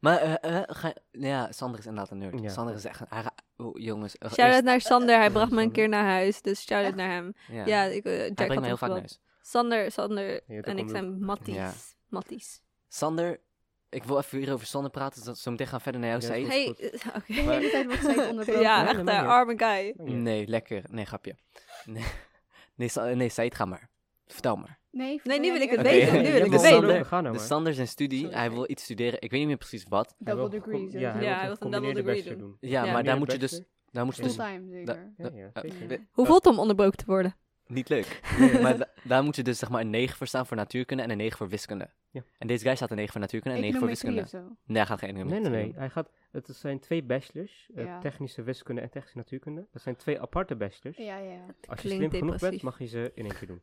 Speaker 2: maar, eh, eh, ga, ja, Sander is inderdaad een nerd.
Speaker 4: Ja.
Speaker 2: Sander is echt een... hij ra- oh, jongens. eh,
Speaker 3: Shout-out
Speaker 2: eerst-
Speaker 3: naar Sander, hij bracht me een keer naar huis, dus shout-out naar hem.
Speaker 2: ja.
Speaker 3: Ja, ik, eh, Jack
Speaker 2: hij
Speaker 3: had
Speaker 2: brengt me
Speaker 3: hem
Speaker 2: heel vaak naar
Speaker 3: gebeld.
Speaker 2: huis.
Speaker 3: Sander, Sander
Speaker 4: Ja, dat
Speaker 3: en ik
Speaker 4: komt
Speaker 3: zijn Matties.
Speaker 2: Ja.
Speaker 3: Matties.
Speaker 2: Sander, ik wil even hier over Sander praten. zodat zo meteen gaan we verder naar jou,
Speaker 4: Ja,
Speaker 2: Said.
Speaker 4: is
Speaker 3: Hey,
Speaker 4: goed.
Speaker 3: eh, [laughs] oké.
Speaker 1: De hele tijd wordt
Speaker 3: [laughs]
Speaker 1: zij onderbroken.
Speaker 3: ja,
Speaker 4: Nee,
Speaker 3: echt
Speaker 4: dat
Speaker 3: een
Speaker 4: mag niet.
Speaker 3: arme guy.
Speaker 4: Oh, Ja.
Speaker 2: Nee, lekker. Nee, grapje. Nee, [laughs] nee, Sa- nee Said, ga maar. Vertel maar.
Speaker 1: Nee,
Speaker 3: Nee, nu wil ik het
Speaker 2: Oké.
Speaker 3: weten. Nu
Speaker 2: Ja,
Speaker 3: wil
Speaker 2: de
Speaker 3: ik het
Speaker 2: Sander-
Speaker 3: weten.
Speaker 4: Ga nou
Speaker 2: Dus
Speaker 4: maar.
Speaker 2: Sander is in studie,
Speaker 3: Sorry,
Speaker 2: hij
Speaker 3: Said.
Speaker 2: wil iets studeren, ik weet niet meer precies wat.
Speaker 4: Hij wil
Speaker 1: Double degree.
Speaker 4: gecom- Ja, hij
Speaker 1: sowieso.
Speaker 3: Ja, hij wil
Speaker 4: wil
Speaker 3: zo'n
Speaker 4: een
Speaker 3: double
Speaker 4: double
Speaker 3: degree
Speaker 4: degree doen.
Speaker 2: Ja, maar daar moet je dus, Eh, daar moet je dus
Speaker 1: Fulltime zeker.
Speaker 4: Ja, ja, zeker.
Speaker 3: Ja. Hoe voelt het om onderbroken te worden?
Speaker 2: niet
Speaker 4: [laughs]
Speaker 2: leuk. maar da- daar moet je dus zeg maar een 9 voor staan voor natuurkunde en een 9 voor wiskunde.
Speaker 4: Ja.
Speaker 2: En deze guy staat een 9 voor natuurkunde en een 9 voor
Speaker 1: Econometrie
Speaker 2: wiskunde.
Speaker 1: of zo.
Speaker 2: Nee, hij gaat geen
Speaker 4: Nee, nee,
Speaker 2: econometrie
Speaker 4: nee.
Speaker 2: doen.
Speaker 4: Hij gaat, het zijn twee bachelors, eh,
Speaker 1: Ja.
Speaker 4: technische wiskunde en technische natuurkunde. Dat zijn twee aparte bachelors.
Speaker 1: Ja, ja, ja.
Speaker 4: Als je slim
Speaker 3: Klinkt
Speaker 4: genoeg bent,
Speaker 3: depressief.
Speaker 4: mag je ze in één keer doen.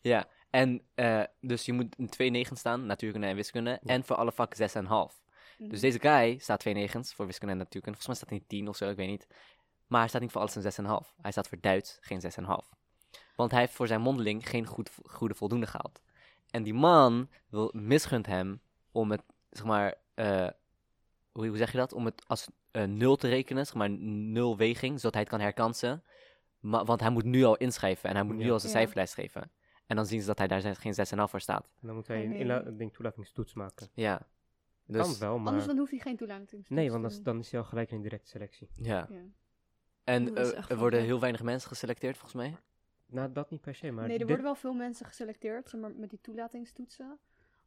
Speaker 2: Ja, en eh, dus je moet een 2 9 staan, natuurkunde en wiskunde. En voor alle vakken 6,5.
Speaker 1: Mhm.
Speaker 2: Dus deze guy staat 2 negens voor wiskunde en natuurkunde. Volgens mij staat hij 10 of zo, ik weet niet. Maar hij staat niet voor alles een 6,5. Hij staat voor Duits geen 6,5. Want hij heeft voor zijn mondeling geen goed, vo- goede voldoende gehaald. En die man wil, misgunt hem om het, zeg maar, eh, hoe, hoe zeg je dat? Om het als eh, nul te rekenen, zeg maar nul weging, zodat hij het kan herkansen. Maar, want hij moet nu al inschrijven en hij moet nu
Speaker 4: Ja.
Speaker 2: al zijn
Speaker 1: Ja.
Speaker 2: cijferlijst geven. En dan zien ze dat hij daar zes- geen 6,5 voor staat.
Speaker 4: En dan moet hij een
Speaker 1: Oké.
Speaker 4: inla- een ding toelatingstoets maken.
Speaker 2: Ja.
Speaker 4: kan
Speaker 2: Dus,
Speaker 4: wel, maar...
Speaker 1: Anders dan hoeft hij geen toelating.
Speaker 4: Nee, want dan is, dan is hij al gelijk in een directe selectie.
Speaker 2: ja.
Speaker 1: Ja.
Speaker 2: En
Speaker 3: Oeh, dat is
Speaker 2: eh,
Speaker 3: echt
Speaker 2: er worden
Speaker 3: grappig.
Speaker 2: heel weinig mensen geselecteerd, volgens mij.
Speaker 4: Nou, dat niet per se, maar...
Speaker 1: nee, er
Speaker 4: dit-
Speaker 1: worden wel veel mensen geselecteerd zeg maar, met die toelatingstoetsen.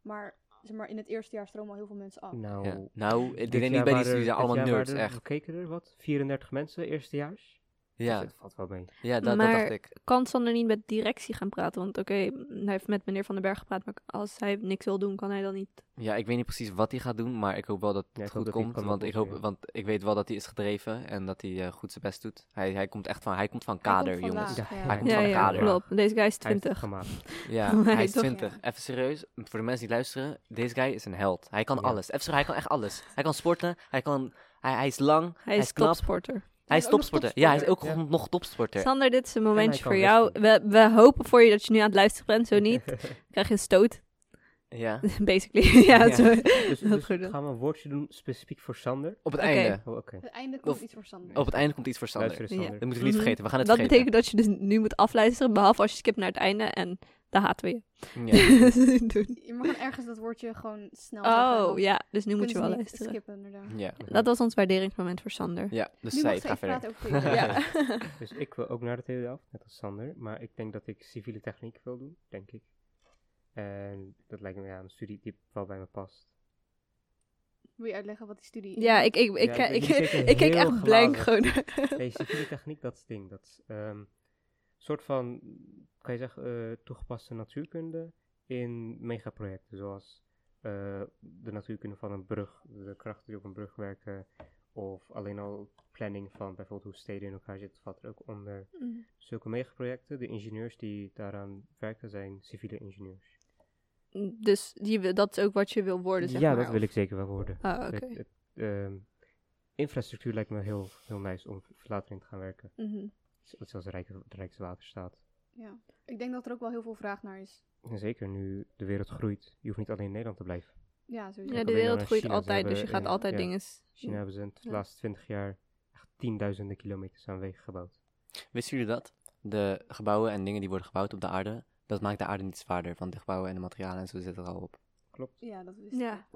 Speaker 1: Maar, zeg maar in het eerste jaar stromen al heel veel mensen af.
Speaker 4: Nou,
Speaker 2: Ja. Nou, ik
Speaker 4: dit
Speaker 2: denk niet bij die
Speaker 4: jaar waren er-
Speaker 2: studie zijn
Speaker 4: dit
Speaker 2: allemaal
Speaker 4: jaar
Speaker 2: nerds,
Speaker 4: waren er-
Speaker 2: echt.
Speaker 4: We keken er, wat, 34 mensen, eerstejaars? Dus
Speaker 2: Ja,
Speaker 4: dat valt wel mee.
Speaker 2: ja dat, dat
Speaker 3: Maar-
Speaker 2: dacht ik.
Speaker 3: Kan Sander niet met directie gaan praten? Want oké, hij heeft met meneer Van den Berg gepraat, maar als hij niks wil doen, kan hij dan niet.
Speaker 2: Ja, ik weet niet precies wat hij gaat doen, maar ik hoop wel dat het
Speaker 4: Ja, ik hoop
Speaker 2: goed
Speaker 4: dat hij
Speaker 2: komt.
Speaker 4: kan
Speaker 2: Want ik, hoop,
Speaker 4: oplossen,
Speaker 2: want ik weet wel dat hij is gedreven en dat hij eh, goed zijn best doet. Hij, hij komt echt van, hij komt van kader,
Speaker 1: Hij komt
Speaker 2: jongens.
Speaker 1: vandaag,
Speaker 4: Ja,
Speaker 1: ja.
Speaker 2: Hij komt
Speaker 3: Ja,
Speaker 2: van
Speaker 3: ja,
Speaker 2: kader.
Speaker 3: klopt. Deze guy is
Speaker 4: Hij heeft het
Speaker 3: 20.
Speaker 4: gemaakt.
Speaker 2: [laughs] Ja, hij
Speaker 3: Nee,
Speaker 2: is
Speaker 3: toch?
Speaker 2: 20. Even serieus, voor de mensen die luisteren, deze guy is een held. Hij kan
Speaker 4: Ja.
Speaker 2: alles. Even serieus, hij kan echt alles. Hij kan sporten, hij, kan, hij, hij is lang, hij,
Speaker 3: Hij is
Speaker 2: knap,
Speaker 3: topsporter.
Speaker 2: hij is
Speaker 1: ook nog
Speaker 2: topsporter. Ja, hij is ook
Speaker 4: topsporter.
Speaker 2: gewoon nog topsporter.
Speaker 3: Sander, dit is een
Speaker 4: En hij
Speaker 3: momentje
Speaker 4: kan
Speaker 3: voor jou. We, we hopen voor je dat je nu aan het luisteren bent. [laughs]
Speaker 4: [laughs]
Speaker 3: Zo niet,
Speaker 4: Dus-
Speaker 3: krijg je een stoot, [laughs]
Speaker 2: Ja.
Speaker 3: basically. [laughs] ja,
Speaker 2: Ja.
Speaker 3: zo.
Speaker 4: Dus,
Speaker 3: Dat
Speaker 4: dus
Speaker 3: goed dan.
Speaker 4: gaan we een woordje doen specifiek voor Sander.
Speaker 2: Op het
Speaker 3: Oké.
Speaker 2: einde.
Speaker 4: Oh, oké.
Speaker 1: Het einde komt
Speaker 2: Of-
Speaker 1: iets voor Sander.
Speaker 2: Op het einde komt iets voor Sander.
Speaker 4: Luister eens,
Speaker 3: Ja.
Speaker 4: Sander.
Speaker 2: Dat moeten we niet
Speaker 3: Mhm.
Speaker 2: vergeten. We gaan het
Speaker 3: Dat
Speaker 2: vergeten.
Speaker 3: betekent dat je dus nu moet afluisteren, behalve als je skipt naar het einde en daar haten we je. [laughs]
Speaker 2: Ja.
Speaker 3: Doen.
Speaker 1: Je mag gewoon ergens dat woordje gewoon snel zeggen,
Speaker 3: Oh,
Speaker 1: dan
Speaker 3: ja, dus nu moet
Speaker 1: kunnen
Speaker 3: je
Speaker 1: ze
Speaker 3: wel
Speaker 1: niet
Speaker 3: luisteren.
Speaker 1: skippen, inderdaad.
Speaker 2: Ja.
Speaker 3: Dat was ons waarderingsmoment voor Sander.
Speaker 2: ja, dus
Speaker 1: nu
Speaker 2: zij,
Speaker 1: mag ze
Speaker 2: ik ga
Speaker 1: even
Speaker 2: verder.
Speaker 1: praten over dit.
Speaker 3: [laughs]
Speaker 2: Ja.
Speaker 1: Ja.
Speaker 4: Dus ik wil ook naar de tweede helft, net als Sander. Maar ik denk dat ik civiele techniek wil doen, denk ik. En dat lijkt me ja, een studie die wel bij me past.
Speaker 1: Wil je uitleggen wat die studie
Speaker 3: Ja, ik, ik, ik,
Speaker 4: Ja,
Speaker 3: ik,
Speaker 4: ik-
Speaker 3: ik,
Speaker 4: jullie kijken
Speaker 3: keek
Speaker 4: heel
Speaker 3: echt blank
Speaker 4: glazig.
Speaker 3: gewoon.
Speaker 4: Nee, civiele techniek, dat is het ding. Dat is ehm, soort van, kan je zeggen, eh, toegepaste natuurkunde in megaprojecten. Zoals eh, de natuurkunde van een brug, de krachten die op een brug werken. Of alleen al planning van bijvoorbeeld hoe steden in elkaar zitten, valt er ook onder. Zulke megaprojecten, de ingenieurs die daaraan werken, zijn civiele ingenieurs.
Speaker 3: [laughs] Dus die, wil- dat is ook wat je wil worden, zeg
Speaker 4: ja,
Speaker 3: maar.
Speaker 4: dat wil ik zeker wel worden.
Speaker 3: Ah, oké.
Speaker 4: Het- het, ehm, infrastructuur lijkt me heel, heel nice om later in te gaan werken.
Speaker 3: Mhm.
Speaker 4: Zoals de, Rijk, de Rijkswaterstaat.
Speaker 1: Ja. Ik denk dat er ook wel heel veel vraag naar is.
Speaker 4: En zeker nu de wereld groeit, je hoeft niet alleen in Nederland te blijven.
Speaker 1: Ja, sowieso.
Speaker 3: Ja, de
Speaker 4: ook alleen maar
Speaker 3: wereld
Speaker 4: naar
Speaker 3: groeit
Speaker 4: China te
Speaker 3: altijd, dus je
Speaker 4: hebben
Speaker 3: gaat
Speaker 4: en-
Speaker 3: altijd
Speaker 4: ja.
Speaker 3: dingen... s-
Speaker 4: China hebben ze in de
Speaker 3: Hm. Ja.
Speaker 4: laatste twintig jaar echt tienduizenden kilometers aan wegen gebouwd.
Speaker 2: Wisten jullie dat? De gebouwen en dingen die worden gebouwd op de aarde, dat maakt de aarde niet zwaarder. Want de gebouwen en de materialen en zo zitten er al op.
Speaker 4: Klopt.
Speaker 1: Ja, dat wist ik.
Speaker 3: Ja,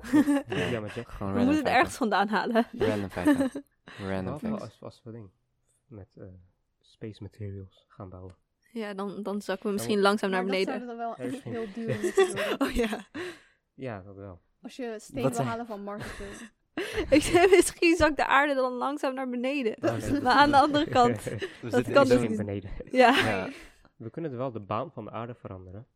Speaker 3: [laughs]
Speaker 4: Ja, maar Jack,
Speaker 2: Gewoon random
Speaker 3: we moeten het
Speaker 2: feiten.
Speaker 3: ergens vandaan
Speaker 4: [laughs]
Speaker 3: halen.
Speaker 2: Random
Speaker 3: [laughs]
Speaker 2: feiten. Random
Speaker 4: behalve
Speaker 2: facts.
Speaker 4: als, als we ding met eh, space materials gaan bouwen.
Speaker 3: Ja, dan, dan zakken we misschien
Speaker 4: moet-
Speaker 3: langzaam naar
Speaker 1: Maar dat
Speaker 3: beneden.
Speaker 1: zouden dan wel
Speaker 4: Er is
Speaker 1: echt
Speaker 4: geen-
Speaker 1: [laughs] heel duur moeten worden.
Speaker 3: [laughs] Oh ja. [laughs]
Speaker 4: Ja, dat wel.
Speaker 1: Als je
Speaker 2: Wat
Speaker 1: steen wil
Speaker 2: zei-
Speaker 1: halen van Mars of
Speaker 3: [laughs]
Speaker 1: zo.
Speaker 3: Ik zei, misschien zakt de aarde dan langzaam naar beneden.
Speaker 4: Nou, nee,
Speaker 3: maar aan de andere
Speaker 4: [laughs]
Speaker 3: kant,
Speaker 2: We
Speaker 3: dat
Speaker 2: zitten
Speaker 3: kan
Speaker 2: in zo'n-
Speaker 3: dus
Speaker 4: Misschien beneden.
Speaker 3: ja.
Speaker 2: Ja.
Speaker 4: We kunnen wel de baan van de aarde veranderen.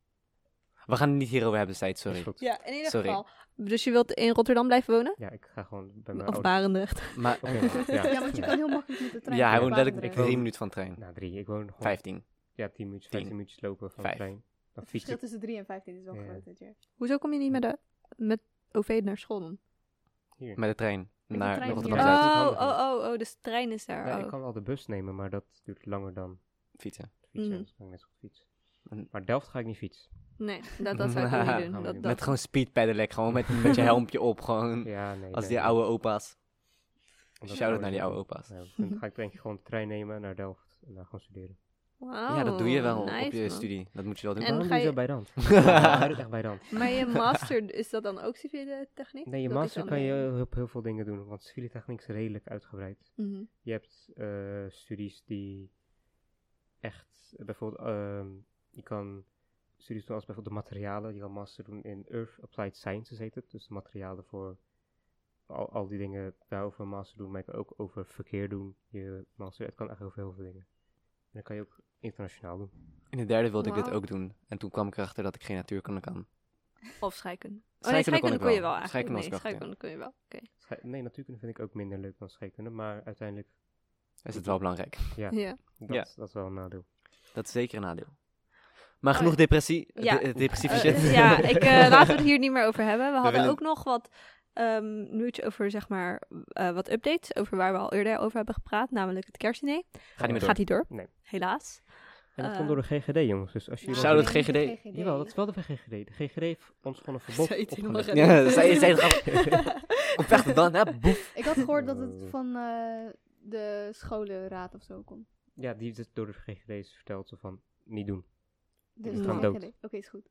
Speaker 2: We gaan het niet hierover hebben, Said, sorry.
Speaker 4: Is goed.
Speaker 3: Ja, in ieder
Speaker 2: Sorry.
Speaker 3: geval. Dus je wilt in Rotterdam blijven wonen?
Speaker 4: Ja, ik ga gewoon bij mijn
Speaker 3: Of
Speaker 4: ouders.
Speaker 3: Barendrecht?
Speaker 2: Maar, [laughs]
Speaker 4: Oké, maar- ja.
Speaker 1: Ja, want je kan heel makkelijk met de trein.
Speaker 2: ja, hij
Speaker 1: naar
Speaker 2: woont letterlijk ik,
Speaker 1: Barendrecht.
Speaker 2: drie minuten van de trein.
Speaker 4: Nou, drie. Ik woon gewoon
Speaker 2: Vijftien.
Speaker 4: ja, 10 minuutjes,
Speaker 2: Tien.
Speaker 4: 15 minuutjes lopen van
Speaker 2: Vijf.
Speaker 4: de trein. Dan
Speaker 1: Het
Speaker 4: fiets
Speaker 1: verschil
Speaker 4: ik.
Speaker 1: tussen 3 en 15 is wel
Speaker 4: Ja.
Speaker 1: groot. Weet je.
Speaker 3: Hoezo kom je niet met, de, met OV naar school dan?
Speaker 4: Hier.
Speaker 2: Met de trein.
Speaker 1: de
Speaker 2: Naar
Speaker 1: trein
Speaker 2: Rotterdam
Speaker 1: hier.
Speaker 2: Zuid
Speaker 4: is
Speaker 3: Oh,
Speaker 4: handig.
Speaker 3: oh, oh, oh, dus de trein is daar.
Speaker 4: Nee, ik
Speaker 3: oh.
Speaker 4: kan wel de bus nemen, maar dat duurt langer dan
Speaker 2: fietsen.
Speaker 4: fietsen.
Speaker 3: Mm.
Speaker 4: Dus kan ik net zo goed fietsen.
Speaker 2: Mm.
Speaker 4: Maar Delft ga ik niet fietsen.
Speaker 3: Nee, dat, dat
Speaker 2: [laughs]
Speaker 3: zou ik ook
Speaker 2: Ja,
Speaker 3: niet doen.
Speaker 4: gaan we
Speaker 3: Dat,
Speaker 4: niet
Speaker 3: dat-
Speaker 2: Met gewoon speed pedelec, gewoon met, met je helmpje op. Gewoon
Speaker 4: Ja, nee.
Speaker 2: Mm. als
Speaker 4: nee,
Speaker 2: die
Speaker 4: nee.
Speaker 2: oude opa's.
Speaker 4: Dat
Speaker 2: Shout-out
Speaker 4: gaan
Speaker 2: naar
Speaker 4: we
Speaker 2: die
Speaker 4: niet
Speaker 2: oude
Speaker 4: doen.
Speaker 2: opa's.
Speaker 4: Ja, dan ga ik denk ik gewoon de trein nemen naar Delft en daar gaan studeren.
Speaker 2: Ja, dat doe je wel
Speaker 3: Wauw,
Speaker 2: op
Speaker 3: Oh, nice,
Speaker 2: je
Speaker 3: man.
Speaker 2: studie. Dat moet je wel doen.
Speaker 3: En
Speaker 4: Waarom
Speaker 3: ga
Speaker 4: doe
Speaker 3: je-
Speaker 4: zo bij de
Speaker 2: [laughs]
Speaker 4: hand? Ja, dat is echt bij de hand.
Speaker 3: Maar je master, is dat dan ook civiele techniek?
Speaker 4: Nee, je
Speaker 3: Dat is
Speaker 4: master
Speaker 3: dan-
Speaker 4: kan je op heel veel dingen doen, want civiele techniek is redelijk uitgebreid.
Speaker 3: Mhm.
Speaker 4: Je hebt eh, studies die echt, eh, bijvoorbeeld, ehm, je kan studies doen als bijvoorbeeld de materialen. Je kan master doen in Earth Applied Sciences heet het. Dus de materialen voor al, al die dingen daarover een master doen. Maar je kan ook over verkeer doen, je master. Het kan echt over heel veel dingen. En dan kan je ook internationaal doen.
Speaker 2: In de derde wilde ik dit
Speaker 3: Wauw.
Speaker 2: ook doen. En toen kwam ik erachter dat ik geen natuurkunde kan.
Speaker 3: Of scheikunde. Oh
Speaker 2: Scheikunde kon
Speaker 3: nee, scheikunde
Speaker 2: ik
Speaker 3: kon je
Speaker 2: wel.
Speaker 3: wel eigenlijk.
Speaker 2: Scheikunde was
Speaker 3: Nee,
Speaker 2: ik wel goed,
Speaker 3: scheikunde kon je wel. Oké.
Speaker 4: Schei- nee, natuurkunde vind ik ook minder leuk dan scheikunde. Maar uiteindelijk,
Speaker 2: Is het wel belangrijk.
Speaker 4: ja,
Speaker 3: Ja.
Speaker 4: dat,
Speaker 2: Ja.
Speaker 4: dat is wel een nadeel.
Speaker 2: Dat is zeker een nadeel. Maar
Speaker 3: Oh,
Speaker 2: genoeg
Speaker 3: ja.
Speaker 2: depressie.
Speaker 3: Ja.
Speaker 2: de- depressieve
Speaker 3: Eh,
Speaker 2: shit.
Speaker 3: ja, ik, eh, laten we het hier niet meer over hebben. We, hadden
Speaker 2: willen-
Speaker 3: ook nog wat ehm nieuwtje over, zeg maar, eh, wat updates. Over waar we al eerder over hebben gepraat, namelijk het kerstdiner.
Speaker 2: [laughs] Ga niet meer door.
Speaker 3: Gaat die door?
Speaker 4: Nee.
Speaker 2: [laughs]
Speaker 3: Helaas. [laughs]
Speaker 4: En dat
Speaker 3: Eh,
Speaker 4: komt door de GGD, jongens. Dus als je
Speaker 1: Nou,
Speaker 2: Zou dat
Speaker 1: ik denk
Speaker 2: GGD?
Speaker 1: dat
Speaker 4: Jawel, dat is wel de GGD. De GGD heeft ons gewoon een verbod
Speaker 3: Zei het helemaal
Speaker 4: opgelegd.
Speaker 3: gek.
Speaker 2: Ja, zij zei het
Speaker 4: [laughs]
Speaker 2: Kom vechten dan, hè, boef.
Speaker 1: Ik had gehoord dat het
Speaker 4: Oh.
Speaker 1: van eh, de scholenraad of zo komt.
Speaker 4: dus Ja, die is door de GGD is verteld zo van niet doen.
Speaker 1: Dus
Speaker 4: ben
Speaker 1: dan
Speaker 4: gewoon
Speaker 1: zeg
Speaker 4: dood.
Speaker 1: je dit. Oké, is goed.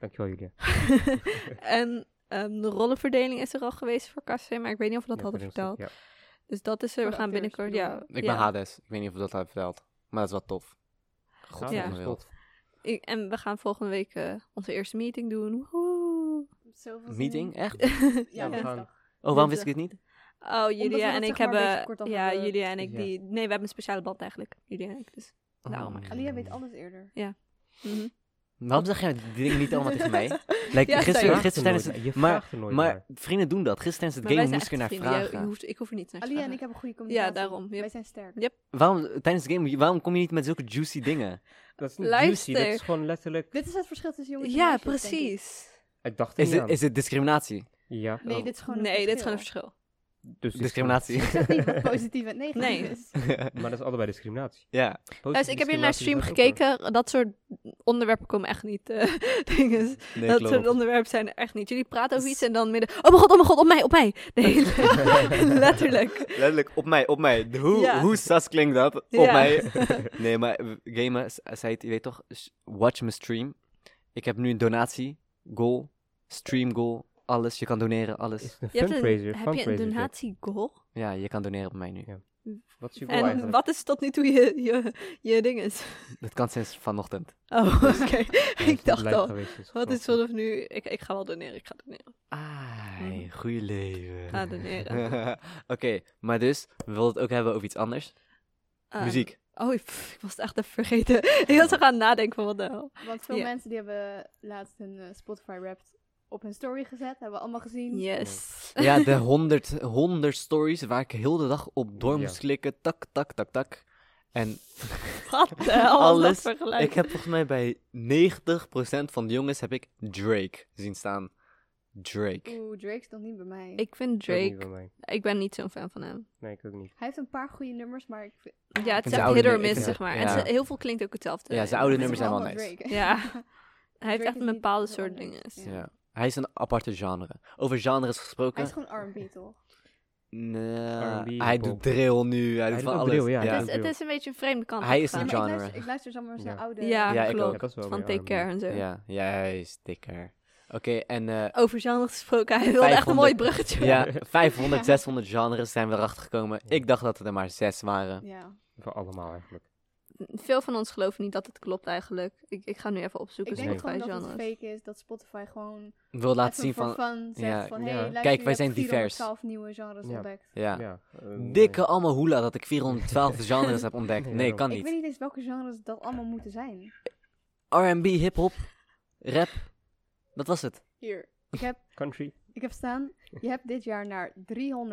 Speaker 4: Dankjewel,
Speaker 3: [laughs]
Speaker 4: Julia.
Speaker 3: en ehm, de rollenverdeling is er al geweest voor Cassé, maar ik weet niet of we dat
Speaker 4: Ja,
Speaker 3: hadden
Speaker 4: voor de heel
Speaker 3: verteld.
Speaker 4: stuk, ja.
Speaker 3: Dus dat is er.
Speaker 1: Voor
Speaker 3: We
Speaker 1: de
Speaker 3: gaan
Speaker 1: acteurs
Speaker 3: binnenkort.
Speaker 1: bedoel
Speaker 3: Ja,
Speaker 1: je?
Speaker 2: Ik ben
Speaker 3: ja.
Speaker 2: Hades. Ik weet niet of dat heb verteld. Maar dat is wel tof. God,
Speaker 4: Ja.
Speaker 2: van de wereld.
Speaker 3: Ik- en we gaan volgende week eh, onze eerste meeting doen. [laughs] Oh, Woehoe.
Speaker 1: Zoveel zin
Speaker 2: Meeting?
Speaker 1: in.
Speaker 2: Echt?
Speaker 1: Ja,
Speaker 4: we
Speaker 1: dinsdag.
Speaker 4: gaan-
Speaker 2: Oh, waarom wist ik dit niet?
Speaker 3: Oh,
Speaker 1: we
Speaker 3: Julia
Speaker 1: dat
Speaker 3: en
Speaker 1: zeg
Speaker 3: ik
Speaker 1: maar een beetje
Speaker 3: hebben.
Speaker 1: kort af
Speaker 3: Ja,
Speaker 1: hebben.
Speaker 3: Julia en ik
Speaker 4: Ja.
Speaker 3: die. Nee, we hebben een speciale band eigenlijk. Julia en ik. Dus. [laughs] Nou, maar-
Speaker 1: Alia weet alles eerder.
Speaker 3: mhm.
Speaker 2: Oh Waarom zeg jij die dingen niet allemaal
Speaker 3: [laughs]
Speaker 2: tegen mij? Like,
Speaker 3: Ja,
Speaker 4: Je
Speaker 2: gisteren,
Speaker 3: sorry.
Speaker 4: vraagt er
Speaker 2: gisteren tijdens
Speaker 4: nooit
Speaker 2: het...
Speaker 4: naar. Je
Speaker 2: dus maar-
Speaker 4: vraagt er nooit
Speaker 2: Maar
Speaker 4: naar.
Speaker 2: vrienden doen dat. Gisteren tijdens
Speaker 3: Maar
Speaker 2: het
Speaker 3: wij
Speaker 2: game
Speaker 3: zijn
Speaker 2: moest ik
Speaker 3: echt
Speaker 2: er naar
Speaker 3: vrienden. Jij-
Speaker 2: vragen.
Speaker 3: je hoeft, ik hoef er niet naar te
Speaker 1: Alia en ik
Speaker 3: vragen.
Speaker 1: hebben goede communicatie.
Speaker 3: daarom, yep.
Speaker 1: Wij zijn sterk.
Speaker 3: Yep.
Speaker 2: Waarom, tijdens het game, waarom kom je niet met zulke juicy dingen?
Speaker 4: Dat is niet
Speaker 3: Luister.
Speaker 4: juicy, dat is gewoon letterlijk...
Speaker 1: Dit is het verschil tussen jongens en
Speaker 3: Ja,
Speaker 1: meisjes, denk ik.
Speaker 3: precies.
Speaker 4: Ik dacht er
Speaker 2: Is
Speaker 4: niet
Speaker 2: het,
Speaker 4: aan.
Speaker 2: is het discriminatie?
Speaker 4: Ja.
Speaker 1: Nee,
Speaker 2: Oh.
Speaker 1: dit is gewoon een
Speaker 3: Nee, dit is gewoon een
Speaker 1: verschil.
Speaker 3: verschil.
Speaker 4: Dus
Speaker 2: Discriminatie.
Speaker 1: Ik zeg niet
Speaker 3: [laughs]
Speaker 1: wat positief en negatief
Speaker 3: Nee.
Speaker 1: is.
Speaker 4: Maar dat is allebei discriminatie.
Speaker 2: [laughs] ja.
Speaker 3: [laughs] Luister, ik heb hier naar stream gekeken. Dat soort onderwerpen komen echt niet. eh, [laughs] dingen.
Speaker 2: Nee,
Speaker 3: dat soort
Speaker 2: klopt.
Speaker 3: onderwerpen zijn er echt niet. Jullie praten over iets en dan midden. Oh mijn god, oh mijn god, op mij, op mij.
Speaker 2: [laughs]
Speaker 3: Nee, [laughs] letterlijk.
Speaker 2: Letterlijk, op mij, op mij. De- Hoe,
Speaker 3: Ja.
Speaker 2: hoe sas klinkt dat? Op
Speaker 3: Ja.
Speaker 2: mij. Nee, maar eh, gamen, s- zei het, je weet toch, s- watch me stream. Ik heb nu een donatie, goal, stream goal, alles. Je kan doneren, alles.
Speaker 3: [laughs]
Speaker 4: Is
Speaker 3: [laughs]
Speaker 4: het
Speaker 3: Je
Speaker 4: een
Speaker 3: hebt een,
Speaker 4: fundraiser?
Speaker 3: heb je een
Speaker 4: fundraiser,
Speaker 3: donatiegoal?
Speaker 2: Ja, je kan doneren op mij nu.
Speaker 4: Jack. Wat is je goal
Speaker 3: En
Speaker 4: eigenlijk?
Speaker 3: wat is tot nu toe je, je, je dinges?
Speaker 2: Dat kan sinds vanochtend. [laughs]
Speaker 3: Oh, oké.
Speaker 4: Ja,
Speaker 3: ik
Speaker 4: het
Speaker 3: dacht
Speaker 4: lijkt
Speaker 3: al.
Speaker 4: geweest sinds
Speaker 3: Wat is
Speaker 4: vanochtend.
Speaker 3: vanaf nu? Ik, ik ga wel doneren, ik ga doneren.
Speaker 2: Ai, goeie leven.
Speaker 3: Ga Mm. Ah, doneren.
Speaker 2: [laughs] Oké, maar dus, we wilden het ook hebben over iets anders.
Speaker 3: Ah.
Speaker 2: Muziek.
Speaker 3: Oh, pff, ik was het echt even vergeten. [laughs] Ik was er gaan nadenken van wat de hel.
Speaker 1: Want veel
Speaker 3: Ja.
Speaker 1: mensen die hebben laatst hun eh, Spotify Wrapped op hun story gezet. Hebben we allemaal gezien.
Speaker 3: Yes.
Speaker 2: Ja,
Speaker 1: [laughs]
Speaker 2: de 100, 100 stories waar ik heel de dag op door
Speaker 4: Ja.
Speaker 2: moest klikken. Tak, tak, tak, tak. En
Speaker 3: [laughs] Wat de hel was
Speaker 2: Alles.
Speaker 3: dat vergelijk?
Speaker 2: ik heb volgens mij bij 90% van de jongens heb ik Drake zien staan. Drake.
Speaker 1: Oeh, Drake stond niet bij mij.
Speaker 3: Ik vind
Speaker 4: Dat is niet
Speaker 3: Drake...
Speaker 4: bij mij.
Speaker 3: Ik ben niet zo'n fan van hem.
Speaker 4: Nee, ik ook niet.
Speaker 1: Hij heeft een paar goede nummers, maar ik vind...
Speaker 3: Ja, het
Speaker 2: vind
Speaker 3: is
Speaker 2: zijn
Speaker 3: echt
Speaker 2: oude
Speaker 3: hit
Speaker 2: nu-
Speaker 3: or
Speaker 2: ik
Speaker 3: miss,
Speaker 2: vind-
Speaker 3: zeg maar. En
Speaker 2: ja.
Speaker 3: ze- heel veel klinkt ook hetzelfde.
Speaker 2: Ja, zijn oude
Speaker 1: Het is
Speaker 2: nummers zijn wel
Speaker 1: allemaal
Speaker 2: nice.
Speaker 1: Drake.
Speaker 3: Ja.
Speaker 1: [laughs]
Speaker 3: Hij heeft
Speaker 1: Drake
Speaker 3: echt
Speaker 1: is
Speaker 3: een
Speaker 1: niet
Speaker 3: bepaalde
Speaker 1: heel
Speaker 3: soort
Speaker 1: anders.
Speaker 3: dingen.
Speaker 1: Ja.
Speaker 2: Ja. Hij is een aparte genre. Over genres gesproken.
Speaker 1: Hij is gewoon R&B, toch?
Speaker 2: Nee,
Speaker 4: R&B,
Speaker 2: hij
Speaker 4: pop.
Speaker 2: doet drill nu. Hij,
Speaker 4: Hij
Speaker 2: doet
Speaker 4: doet
Speaker 2: van
Speaker 4: ook
Speaker 2: alles.
Speaker 4: drill, ja.
Speaker 2: ja.
Speaker 4: Hij
Speaker 3: Het, is, het is een beetje een vreemde kant.
Speaker 2: Hij
Speaker 3: op
Speaker 2: is
Speaker 3: gegaan.
Speaker 1: maar
Speaker 2: genre.
Speaker 1: ik luister, ik luister zomaar eens naar
Speaker 4: Ja.
Speaker 1: oude...
Speaker 3: Ja,
Speaker 2: Ja, ik ook.
Speaker 3: klopt.
Speaker 4: Ja, dat is wel
Speaker 3: van
Speaker 4: meer
Speaker 3: Take
Speaker 4: R&B.
Speaker 3: Care en zo.
Speaker 1: eh,
Speaker 2: Ja, juist, dikker. Oké,
Speaker 1: [laughs]
Speaker 2: en eh,
Speaker 3: Over genre gesproken, hij wilde echt een
Speaker 2: 500.
Speaker 3: mooi bruggetje.
Speaker 2: ja, 500, 600 genres zijn we erachter gekomen. Ik dacht dat het er maar zes waren.
Speaker 1: Ja.
Speaker 4: Voor allemaal eigenlijk.
Speaker 3: Veel van ons geloven niet dat het klopt eigenlijk. Ik, ik ga nu even opzoeken
Speaker 1: Ik denk
Speaker 4: zijn
Speaker 1: gewoon
Speaker 3: Spotify
Speaker 1: dat het
Speaker 3: genres.
Speaker 1: fake is. Dat Spotify gewoon
Speaker 2: Ik wil laten
Speaker 1: even
Speaker 2: zien
Speaker 1: voor
Speaker 2: van...
Speaker 1: fun zegt
Speaker 2: ja,
Speaker 1: van...
Speaker 4: ja.
Speaker 1: Hey, luister,
Speaker 2: Kijk, wij
Speaker 1: je hebt
Speaker 2: zijn divers.
Speaker 1: 412 nieuwe genres
Speaker 4: Ja.
Speaker 1: ontdekt.
Speaker 2: Ja.
Speaker 4: Ja. eh,
Speaker 2: Dikke allemaal hoela dat ik 412 [laughs] genres heb ontdekt.
Speaker 4: Nee,
Speaker 2: Nee, kan
Speaker 1: Ik weet
Speaker 2: niet.
Speaker 1: niet eens welke genres dat allemaal moeten zijn.
Speaker 2: R&B, hip-hop, rap. Dat was het.
Speaker 1: Hier. Ik heb,
Speaker 4: Country.
Speaker 1: ik heb staan, je hebt dit jaar naar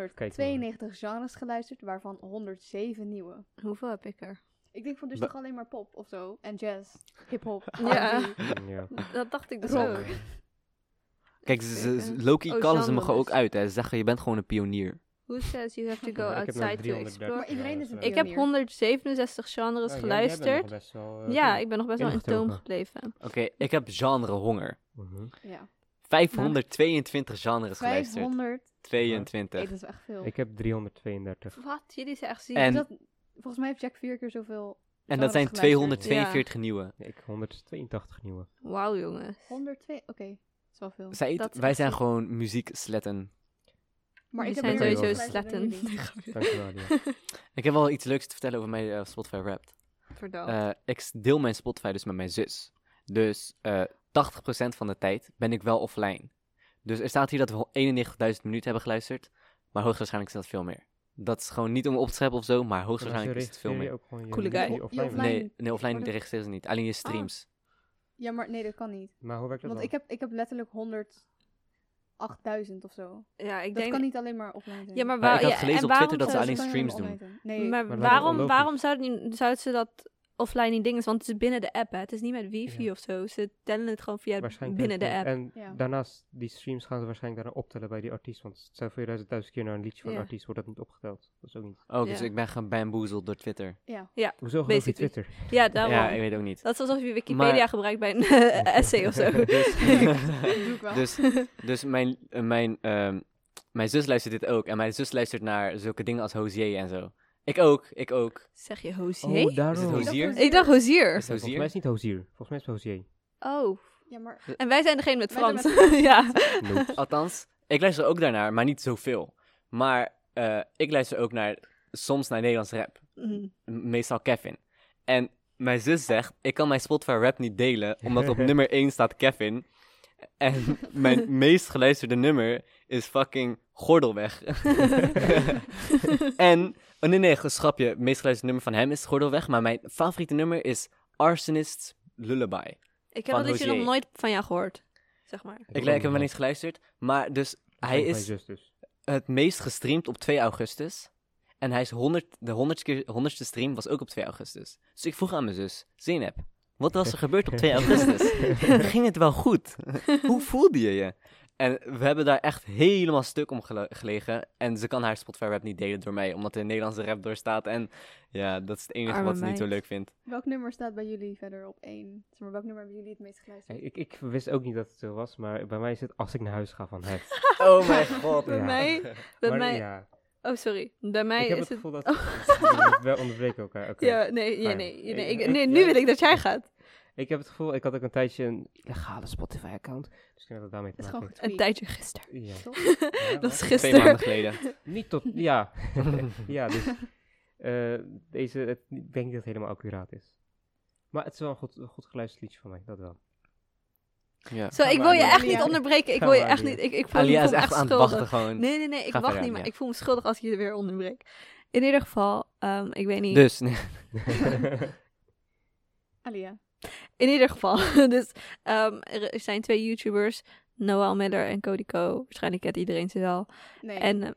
Speaker 1: 392 genres geluisterd, waarvan 107 nieuwe.
Speaker 3: Hoeveel heb
Speaker 1: [laughs]
Speaker 3: ik er?
Speaker 1: Ik denk van dus
Speaker 2: Ba-
Speaker 1: toch alleen maar pop of zo. En jazz,
Speaker 3: [laughs]
Speaker 1: hip-hop.
Speaker 3: Ja.
Speaker 1: R&B.
Speaker 4: Ja.
Speaker 3: Dat dacht ik dus
Speaker 1: Rock.
Speaker 3: ook.
Speaker 2: Kijk, ze- ze- ze-
Speaker 3: Zeker.
Speaker 2: Loki
Speaker 3: Oh,
Speaker 2: callen ze me gewoon ook
Speaker 3: genres.
Speaker 2: uit. Hè. Ze zeggen, je bent gewoon een pionier.
Speaker 3: Who says you have to go
Speaker 4: Ja, ik heb maar
Speaker 3: outside to
Speaker 4: 330
Speaker 3: explore?
Speaker 1: Maar iedereen is een
Speaker 4: genres.
Speaker 3: Ik heb
Speaker 1: pionier.
Speaker 3: 167 genres
Speaker 4: Oh, jij- jij bent nog
Speaker 3: geluisterd.
Speaker 4: best wel, eh,
Speaker 3: Ja,
Speaker 4: goed.
Speaker 3: ik ben nog best wel in
Speaker 4: ingetogen.
Speaker 3: toom gebleven.
Speaker 2: Oké, ik heb genrehonger.
Speaker 4: Mhm.
Speaker 1: Ja.
Speaker 2: 522 genres geluisterd.
Speaker 1: 500. Hey,
Speaker 2: 22.
Speaker 1: dat is echt veel.
Speaker 4: Ik heb 332.
Speaker 3: Wat? Jullie zijn echt ziek.
Speaker 2: En-
Speaker 1: Dat- volgens mij heeft Jack vier keer zoveel.
Speaker 2: En
Speaker 1: genres
Speaker 2: dat zijn
Speaker 1: geluisterd.
Speaker 2: 242 nieuwe.
Speaker 4: Nee, ik 182
Speaker 1: [laughs]
Speaker 4: nieuwe.
Speaker 3: Wauw, jongens.
Speaker 1: 102, oké. Dat is wel veel.
Speaker 2: Zij,
Speaker 3: Dat is
Speaker 2: wij
Speaker 3: echt
Speaker 2: zijn
Speaker 3: zo.
Speaker 2: gewoon muzieksletten.
Speaker 1: Maar
Speaker 3: Jullie
Speaker 1: ik heb
Speaker 3: zijn
Speaker 1: meer
Speaker 4: meer
Speaker 3: sowieso
Speaker 1: geluisterd dan jullie.
Speaker 3: sletten. [laughs]
Speaker 4: Dankjewel, ja.
Speaker 2: Ik heb wel iets leuks te vertellen over mijn eh, Spotify Wrapped.
Speaker 3: Verdomme.
Speaker 2: Eh, ik deel mijn Spotify dus met mijn zus. Dus eh 80% van de tijd ben ik wel offline. Dus er staat hier dat we al 91.000 minuten hebben geluisterd. Maar hoogstwaarschijnlijk is dat veel meer. Dat is gewoon niet om op te scheppen of zo, maar hoogstwaarschijnlijk is het veel meer.
Speaker 3: Coole guy.
Speaker 1: Je offline-
Speaker 2: Nee, nee, offline
Speaker 3: Oh,
Speaker 1: Worden-
Speaker 2: registreer ze niet. Alleen je streams.
Speaker 1: Ja, maar nee, dat kan niet.
Speaker 4: Maar hoe werkt dat
Speaker 1: Want
Speaker 4: dan?
Speaker 1: ik heb, ik heb letterlijk 108.000 of zo.
Speaker 3: ja, ik
Speaker 1: dat
Speaker 3: denk...
Speaker 1: kan niet alleen maar offline zijn.
Speaker 3: Ja, maar,
Speaker 2: Maar
Speaker 3: waar-
Speaker 2: ik had
Speaker 3: ja, en
Speaker 2: gelezen op
Speaker 3: waarom
Speaker 2: Twitter dat ze
Speaker 3: zou-
Speaker 2: alleen
Speaker 1: kan je
Speaker 2: streams
Speaker 1: online doen. Nee,
Speaker 3: Maar,
Speaker 4: Maar lijkt me
Speaker 3: waarom,
Speaker 4: onlogisch.
Speaker 3: waarom zouden, die, zouden ze dat offline niet dingen... Want het is binnen de app, hè. Het is niet met wifi
Speaker 4: Ja.
Speaker 3: of zo. Ze tellen het gewoon via binnen de app.
Speaker 4: En
Speaker 1: Ja.
Speaker 4: daarnaast, die streams gaan ze waarschijnlijk daarna optellen bij die artiest. Want stel voor je luistert duizend keer naar een liedje van
Speaker 3: Ja.
Speaker 4: een artiest, wordt dat niet opgeteld. Dat is ook niet.
Speaker 2: Oh, dus
Speaker 3: Ja.
Speaker 2: ik ben gebamboezeld door Twitter.
Speaker 4: Hoezo geloof je
Speaker 3: Basically.
Speaker 4: Twitter?
Speaker 3: Ja, daarom.
Speaker 2: Ja, ik weet ook niet.
Speaker 3: Dat is alsof je Wikipedia
Speaker 2: Maar-
Speaker 3: gebruikt
Speaker 2: [laughs]
Speaker 3: bij een [laughs] eh, essay of zo.
Speaker 2: Dus,
Speaker 1: dat doe ik wel.
Speaker 2: [laughs] dus, dus mijn, eh, mijn, ehm, mijn zus luistert dit ook. En mijn zus luistert naar zulke dingen als Hozier en zo. Ik ook, ik ook.
Speaker 3: [laughs] Zeg je Hozier?
Speaker 2: Oh, Is het
Speaker 1: Ik dacht
Speaker 2: Hozier?
Speaker 1: Hozier.
Speaker 3: ik dacht Hozier.
Speaker 2: Is het
Speaker 4: Volgens mij is
Speaker 2: Hozier?
Speaker 4: het niet Hozier. Volgens mij is het Hozier.
Speaker 3: Oh.
Speaker 1: Ja, maar
Speaker 3: En wij zijn degene met
Speaker 1: Wij zijn
Speaker 3: Frans. [laughs] ja.
Speaker 4: Nope.
Speaker 2: Althans, ik luister ook daarnaar, maar niet zoveel. Maar eh, ik luister ook naar, soms naar Nederlands rap.
Speaker 3: Mhm.
Speaker 2: M- meestal Kevin. En mijn zus zegt, ik kan mijn Spotify rap niet delen, omdat op nummer 1 staat Kevin. En mijn meest geluisterde nummer is fucking Gordelweg. en, oh nee, nee, schapje, het meest geluisterde nummer van hem is Gordelweg, maar mijn favoriete nummer is Arsonist's Lullaby.
Speaker 3: Ik heb
Speaker 2: Van
Speaker 3: dat liedje
Speaker 2: Hozier.
Speaker 3: nog nooit van jou gehoord. Zeg maar.
Speaker 2: Ik, ik heb hem wel eens geluisterd, maar dus hij
Speaker 4: Mijn
Speaker 2: is
Speaker 4: zus dus.
Speaker 2: het meest gestreamd op 2 augustus. En hij is 100, de 100 keer, 100ste stream was ook op 2 augustus. Dus ik vroeg aan mijn zus, Zeynep, wat was er gebeurd op 2 augustus? Ging het wel goed? Hoe voelde je je? En we hebben daar echt helemaal stuk om gele- gelegen. En ze kan haar Spotify rap niet delen door mij, omdat de Nederlandse rap doorstaat. En ja, dat is het enige
Speaker 3: Arme
Speaker 2: wat ze niet zo
Speaker 3: meid.
Speaker 2: leuk
Speaker 3: [laughs]
Speaker 2: vindt.
Speaker 1: welk nummer staat bij jullie verder op één? Zeg maar, welk nummer hebben jullie het meest geluisterd?
Speaker 4: Ik, ik wist ook niet dat het zo was, maar bij mij is het als ik naar huis ga van het.
Speaker 2: Oh mijn god.
Speaker 3: Bij
Speaker 4: Ja.
Speaker 3: mij, [laughs] bij
Speaker 4: Maar
Speaker 3: mij,
Speaker 4: ja,
Speaker 3: oh sorry, bij mij
Speaker 4: ik heb
Speaker 3: is
Speaker 4: het
Speaker 3: het, [laughs]
Speaker 4: gevoel dat we wel onderbreken elkaar. Oké.
Speaker 3: ja, nee, ja,
Speaker 4: Fijn.
Speaker 3: nee, ja, nee,
Speaker 4: Ik-
Speaker 3: ik-
Speaker 4: ik-
Speaker 3: nee,
Speaker 4: ja.
Speaker 3: nu wil ik dat jij gaat.
Speaker 4: Ik heb het gevoel, ik had ook een tijdje een illegale Spotify-account. Dus ik denk dat het daarmee te
Speaker 1: Het is
Speaker 4: maken
Speaker 1: gewoon
Speaker 4: heeft.
Speaker 3: Een
Speaker 1: getweet.
Speaker 3: tijdje gisteren.
Speaker 4: Ja.
Speaker 1: toch?
Speaker 3: [laughs]
Speaker 4: Ja,
Speaker 3: Dat is
Speaker 4: maar-
Speaker 2: Twee maanden
Speaker 3: gisteren.
Speaker 2: geleden.
Speaker 4: Niet tot,
Speaker 3: [laughs]
Speaker 4: ja. [laughs] ja, dus eh, deze, het, ik denk dat het helemaal accuraat is. Maar het is wel een goed, een goed geluisterd liedje van mij, dat
Speaker 3: [laughs]
Speaker 4: wel.
Speaker 2: Ja.
Speaker 3: Zo,
Speaker 4: Ga
Speaker 3: ik
Speaker 4: maar,
Speaker 3: wil je
Speaker 4: Alia.
Speaker 3: echt niet onderbreken. Ik
Speaker 4: Ga
Speaker 3: wil je
Speaker 4: maar,
Speaker 3: echt
Speaker 4: Alia.
Speaker 3: niet. Ik, ik voel, ik
Speaker 2: Alia
Speaker 3: voel
Speaker 2: is
Speaker 3: me
Speaker 2: echt aan het
Speaker 3: schuldig.
Speaker 2: wachten gewoon.
Speaker 3: Nee, nee, nee, ik
Speaker 2: Ga
Speaker 3: wacht
Speaker 2: verder,
Speaker 3: niet, maar
Speaker 2: Alia.
Speaker 3: ik voel me schuldig als ik je er weer onderbreek. In ieder geval, ehm, ik weet niet.
Speaker 2: Dus, [laughs]
Speaker 1: Alia.
Speaker 3: In ieder geval, [laughs] dus ehm, er zijn twee YouTubers, Noel Miller en Cody Co. Waarschijnlijk kent iedereen ze wel.
Speaker 1: Nee.
Speaker 3: En, ehm,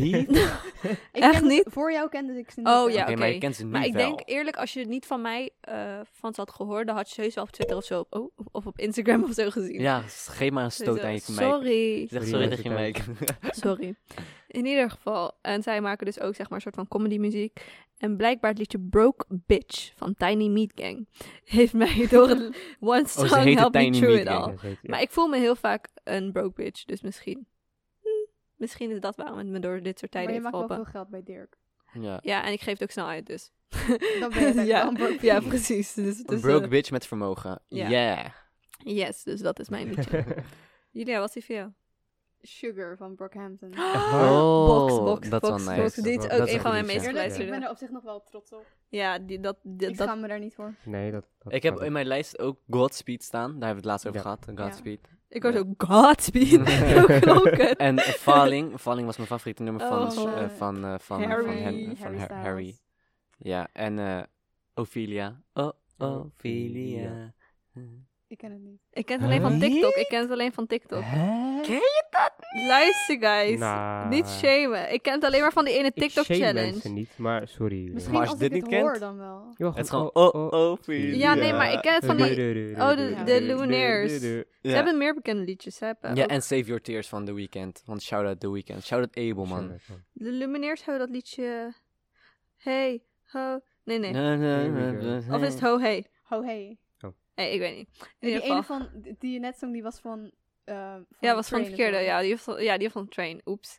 Speaker 2: niet?
Speaker 1: ik
Speaker 3: echt
Speaker 1: kende ze-
Speaker 3: niet?
Speaker 1: voor jou kende ik ze niet.
Speaker 3: Oh,
Speaker 1: zelf.
Speaker 3: ja,
Speaker 2: Oké, maar
Speaker 3: oké.
Speaker 2: je kent ze nu
Speaker 3: maar ik
Speaker 2: wel.
Speaker 3: denk eerlijk, als je het niet van mij eh, van ze had gehoord, dan had je sowieso op Twitter of zo, oh, of op Instagram of zo gezien. [laughs]
Speaker 2: Ja, s- geef maar een stoot
Speaker 3: Sowieso.
Speaker 2: aan je mic.
Speaker 3: Dus, eh,
Speaker 2: [laughs]
Speaker 3: Sorry.
Speaker 2: Zeg
Speaker 4: Sorry,
Speaker 2: sorry
Speaker 4: dat
Speaker 2: tegen je
Speaker 4: je
Speaker 2: mic.
Speaker 3: Sorry. In ieder geval. En zij maken dus ook zeg maar een soort van comedy muziek. En blijkbaar het liedje Broke Bitch van Tiny Meat Gang [laughs] heeft mij door het
Speaker 2: [laughs]
Speaker 3: One Song
Speaker 2: Oh, ze heette
Speaker 3: Help Me
Speaker 2: Tiny
Speaker 3: Through
Speaker 2: Meat
Speaker 3: It
Speaker 2: Gang,
Speaker 3: All.
Speaker 4: dat heet- ja.
Speaker 3: Maar ik voel me heel vaak een broke bitch, dus misschien. hm, misschien is dat waarom het me door dit soort
Speaker 1: Maar
Speaker 3: tijden
Speaker 1: je
Speaker 3: heeft
Speaker 1: maakt wel
Speaker 3: geholpen.
Speaker 1: veel geld bij Dirk.
Speaker 2: [laughs] ja.
Speaker 3: Ja, en ik geef het ook snel uit,
Speaker 1: [laughs]
Speaker 3: dus.
Speaker 1: Dan ben je
Speaker 3: [laughs]
Speaker 1: uiteindelijk wel
Speaker 3: ja,
Speaker 1: een broke
Speaker 3: ja,
Speaker 1: bitch.
Speaker 2: [laughs]
Speaker 3: precies. Dus,
Speaker 2: Een
Speaker 3: [laughs] dus,
Speaker 2: broke
Speaker 3: eh,
Speaker 2: bitch met vermogen.
Speaker 3: Ja.
Speaker 2: Ja.
Speaker 3: yes, dus dat is mijn liedje.
Speaker 2: [laughs]
Speaker 3: Julia, wat is die voor jou?
Speaker 1: Sugar van
Speaker 3: [gasps]
Speaker 1: Brockhampton.
Speaker 2: Oh,
Speaker 3: Ah, box, box,
Speaker 2: dat is
Speaker 3: box,
Speaker 2: wel nice.
Speaker 3: box. Dit is ook
Speaker 4: Dat is wel
Speaker 3: een
Speaker 4: goed,
Speaker 3: van mijn
Speaker 4: ja.
Speaker 3: meest
Speaker 1: Eerlijk, ik ben
Speaker 3: geluisterde.
Speaker 1: er op zich nog wel trots op.
Speaker 3: Ja, die, dat, die-
Speaker 1: Ik
Speaker 3: dat,
Speaker 1: schaam me daar niet voor.
Speaker 4: [laughs] Nee, dat... dat
Speaker 2: Ik heb in mijn lijst ook Godspeed staan. Daar hebben we het laatst over
Speaker 4: Ja.
Speaker 2: gehad. eh, Godspeed.
Speaker 3: Ik hoorde ook [laughs] Godspeed.
Speaker 2: [laughs]
Speaker 3: Zo klonk het.
Speaker 2: En Falling. Falling was mijn favoriete nummer van,
Speaker 3: Oh,
Speaker 2: eh,
Speaker 1: eh,
Speaker 2: van, eh, van,
Speaker 1: Harry,
Speaker 2: van, hem, van
Speaker 1: Harry
Speaker 2: Har-
Speaker 1: Styles.
Speaker 2: Harry. Ja, en eh, Ophelia. Oh, Ophelia.
Speaker 1: Ik ken het niet.
Speaker 3: Ik ken het alleen van
Speaker 4: Huh?
Speaker 3: TikTok. Ik ken het alleen van TikTok. Luister, guys.
Speaker 4: Nah.
Speaker 3: Niet shamen. Ik ken het alleen maar van die ene
Speaker 4: Nou. Ik shame
Speaker 3: TikTok-challenge.
Speaker 4: mensen niet, maar sorry. eh.
Speaker 1: Misschien
Speaker 2: Maar als
Speaker 1: als
Speaker 2: je
Speaker 1: ik
Speaker 2: dit
Speaker 1: het
Speaker 2: niet kent-
Speaker 1: hoor dan wel.
Speaker 4: Joh,
Speaker 2: Het is gewoon oh, oh, Ophelia.
Speaker 3: Ja, nee, maar ik ken het van die... oh, de-
Speaker 1: de
Speaker 3: Lumineers.
Speaker 2: Ja.
Speaker 3: Ze hebben meer bekende liedjes. Ze hebben
Speaker 2: Ja,
Speaker 3: Eh, ook-
Speaker 2: en Save Your Tears van The Weeknd. Want shout-out The Weeknd. Shout-out Abel, Oh, man.
Speaker 3: De Lumineers hebben dat liedje... Hey, ho... Nee, nee.
Speaker 2: Na, na, na,
Speaker 4: Here
Speaker 2: na,
Speaker 3: Of is het ho, hey?
Speaker 1: Ho Oh, hey.
Speaker 3: Nee, ik weet niet. In
Speaker 1: Die
Speaker 3: ieder geval.
Speaker 1: ene van, die je net zong, die was van... eh,
Speaker 3: Ja, was van
Speaker 1: Train
Speaker 3: de
Speaker 1: of
Speaker 3: verkeerde.
Speaker 1: zo.
Speaker 3: Ja, die van, ja, die van Train. Oeps.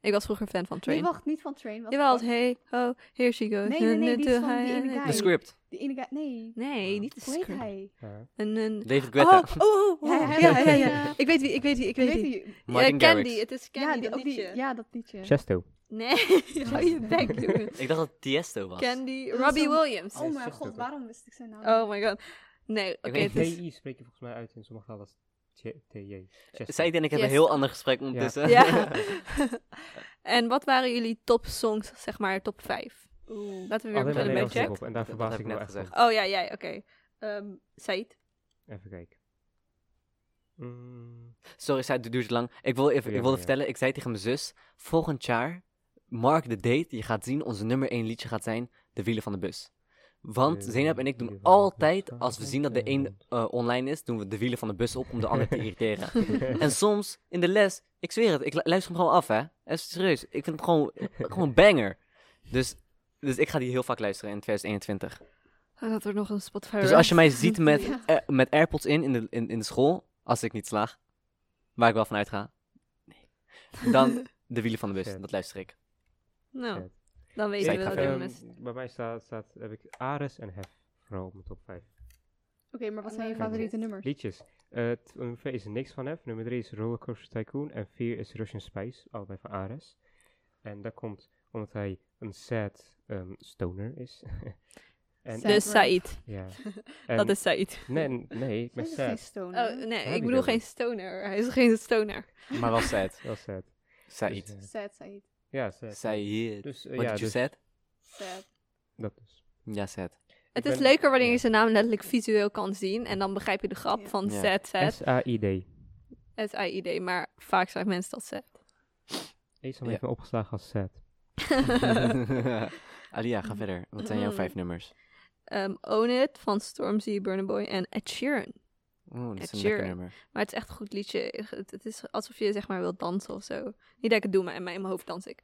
Speaker 3: Ik was vroeger fan van
Speaker 1: Nee,
Speaker 3: Train.
Speaker 1: wacht, niet van Train. Was
Speaker 3: Jawel,
Speaker 1: van-
Speaker 3: hey, ho, here she goes.
Speaker 1: Nee, nee, nee, die is van die ene
Speaker 2: The
Speaker 1: guy.
Speaker 3: [laughs]
Speaker 2: Script.
Speaker 1: Die ene guy... Nee.
Speaker 3: Nee, niet de
Speaker 1: Hoe heet
Speaker 3: script.
Speaker 1: hij?
Speaker 3: Een, een...
Speaker 2: David
Speaker 3: Oh,
Speaker 2: Guetta.
Speaker 3: oh, oh, oh.
Speaker 1: Ja, hij
Speaker 3: Ja,
Speaker 1: had
Speaker 3: ja,
Speaker 1: een,
Speaker 3: ja.
Speaker 1: eh,
Speaker 3: Ik weet wie, ik weet wie, ik weet wie.
Speaker 1: die?
Speaker 3: Ja,
Speaker 2: Martin
Speaker 3: Candy,
Speaker 2: Garrix.
Speaker 3: het is
Speaker 1: Ja,
Speaker 3: Candy,
Speaker 1: die,
Speaker 3: dat
Speaker 1: ook die,
Speaker 3: liedje.
Speaker 1: ja, dat liedje.
Speaker 4: Chesto.
Speaker 3: Nee, [laughs] hou je bek, jongen.
Speaker 2: Ik dacht dat Tiesto was.
Speaker 3: Candy,
Speaker 1: Dat is
Speaker 3: Robbie
Speaker 1: zo'n-
Speaker 3: Williams.
Speaker 1: Oh mijn
Speaker 4: Zegt het
Speaker 1: god,
Speaker 4: ook.
Speaker 1: waarom wist ik zijn naam? niet?
Speaker 3: Oh my god. Nee, oké,
Speaker 2: weet
Speaker 3: het is...
Speaker 4: TI spreek je volgens mij uit in sommige talen als Tj- TJ. Chesto.
Speaker 2: Zij en ik hebben
Speaker 3: Yes.
Speaker 2: een heel ander gesprek ondertussen.
Speaker 3: [laughs] Ja. [laughs] en wat waren jullie top songs, zeg maar, top 5?
Speaker 1: Oeh.
Speaker 3: Laten we weer
Speaker 4: Alleen maar
Speaker 3: beginnen bij
Speaker 4: Nederlandse
Speaker 3: Jack.
Speaker 4: hip-hop. En daar
Speaker 2: Dat- dat
Speaker 4: verbaas
Speaker 2: heb
Speaker 4: ik
Speaker 2: ik
Speaker 4: me
Speaker 2: net
Speaker 4: echt van.
Speaker 2: gezegd.
Speaker 3: Oh ja, jij, oké. Ehm Said.
Speaker 4: Even kijken.
Speaker 2: Oh.
Speaker 4: Mm,
Speaker 2: [laughs] Sorry, zij het duurt te lang. Ik, wil even,
Speaker 4: Ja,
Speaker 2: ik wilde
Speaker 4: ja.
Speaker 2: vertellen, ik zei tegen mijn zus, volgend jaar, mark the date, je gaat zien, onze nummer 1 liedje gaat zijn, De Wielen van de Bus. Want
Speaker 4: De
Speaker 2: Zeynep en ik doen
Speaker 4: wielen van de
Speaker 2: altijd,
Speaker 4: bus.
Speaker 2: als we zien dat de een eh, online is, doen we De Wielen van de Bus op om de ander
Speaker 4: [laughs]
Speaker 2: te irriteren. En soms in de les, ik zweer het, ik lu- luister hem gewoon af, hè. Even serieus, ik vind hem gewoon, gewoon een banger. Dus, dus ik ga die heel vaak luisteren in 2021.
Speaker 3: Oh, dat er nog een Spotify
Speaker 2: Dus als je mij ziet met, eh, met AirPods in in de, in in de school, als ik niet slaag, waar ik wel van uitga, nee. dan de wielen van de bus,
Speaker 4: Shit.
Speaker 2: dat luister ik.
Speaker 3: [laughs] Nou,
Speaker 4: Vet.
Speaker 3: Dan weten
Speaker 2: Zij
Speaker 3: we
Speaker 2: gaat
Speaker 3: dat
Speaker 2: verder.
Speaker 3: we
Speaker 4: Ehm,
Speaker 3: met
Speaker 4: bij mij staat, staat, heb ik Ares en Hef, vooral op mijn top 5.
Speaker 1: maar wat zijn je
Speaker 3: Oké.
Speaker 1: favoriete nummers?
Speaker 4: Liedjes. Eh t- nummer 4 is Niks van Hef, nummer 3 is Rollercoaster Tycoon en 4 is Russian Spice, allebei van Ares. En dat komt omdat hij een sad ehm, stoner is. [laughs] en,
Speaker 1: Sad.
Speaker 3: Dus Said.
Speaker 4: ja.
Speaker 3: [laughs] Dat
Speaker 4: En-
Speaker 3: is Said.
Speaker 4: Nee, nee, ik ben
Speaker 1: Zijn er geen
Speaker 4: sad.
Speaker 1: stoner?
Speaker 3: Oh, nee,
Speaker 4: heb
Speaker 3: ik
Speaker 4: ik
Speaker 3: bedoel
Speaker 4: ook
Speaker 3: geen
Speaker 4: niet.
Speaker 3: stoner. Hij is geen stoner.
Speaker 2: Maar wel sad.
Speaker 4: Wel sad. Dus,
Speaker 2: Said.
Speaker 4: eh,
Speaker 1: Sad, Said.
Speaker 4: ja, sad.
Speaker 2: Said.
Speaker 4: Dus eh,
Speaker 2: What
Speaker 4: ja,
Speaker 2: did you
Speaker 4: dus,
Speaker 2: said?
Speaker 1: Sad.
Speaker 4: dat dus.
Speaker 2: Ja, sad. [laughs]
Speaker 3: Het
Speaker 4: Ik
Speaker 3: is
Speaker 4: ben-
Speaker 3: leuker wanneer je
Speaker 4: ja.
Speaker 3: zijn naam letterlijk visueel kan zien. En dan begrijp je de grap
Speaker 1: Ja.
Speaker 3: van
Speaker 2: Ja.
Speaker 3: sad, sad,
Speaker 4: S-A-I-D.
Speaker 3: S-I-I-D. Maar vaak zijn mensen dat sad.
Speaker 4: Ezel
Speaker 2: Ja.
Speaker 4: heeft me opgeslagen als sad.
Speaker 2: Alia, ga verder. Wat zijn jouw vijf nummers?
Speaker 3: Ehm, Own It van Stormzy, Burna Boy en Ed Sheeran.
Speaker 2: Oeh, dat is een
Speaker 3: Ed
Speaker 2: lekker
Speaker 3: Sheeran.
Speaker 2: nummer.
Speaker 3: Maar het is echt een goed liedje. Het, het is alsof je zeg maar wilt dansen of zo. Niet dat ik het doe, maar in mijn, in mijn hoofd dans ik.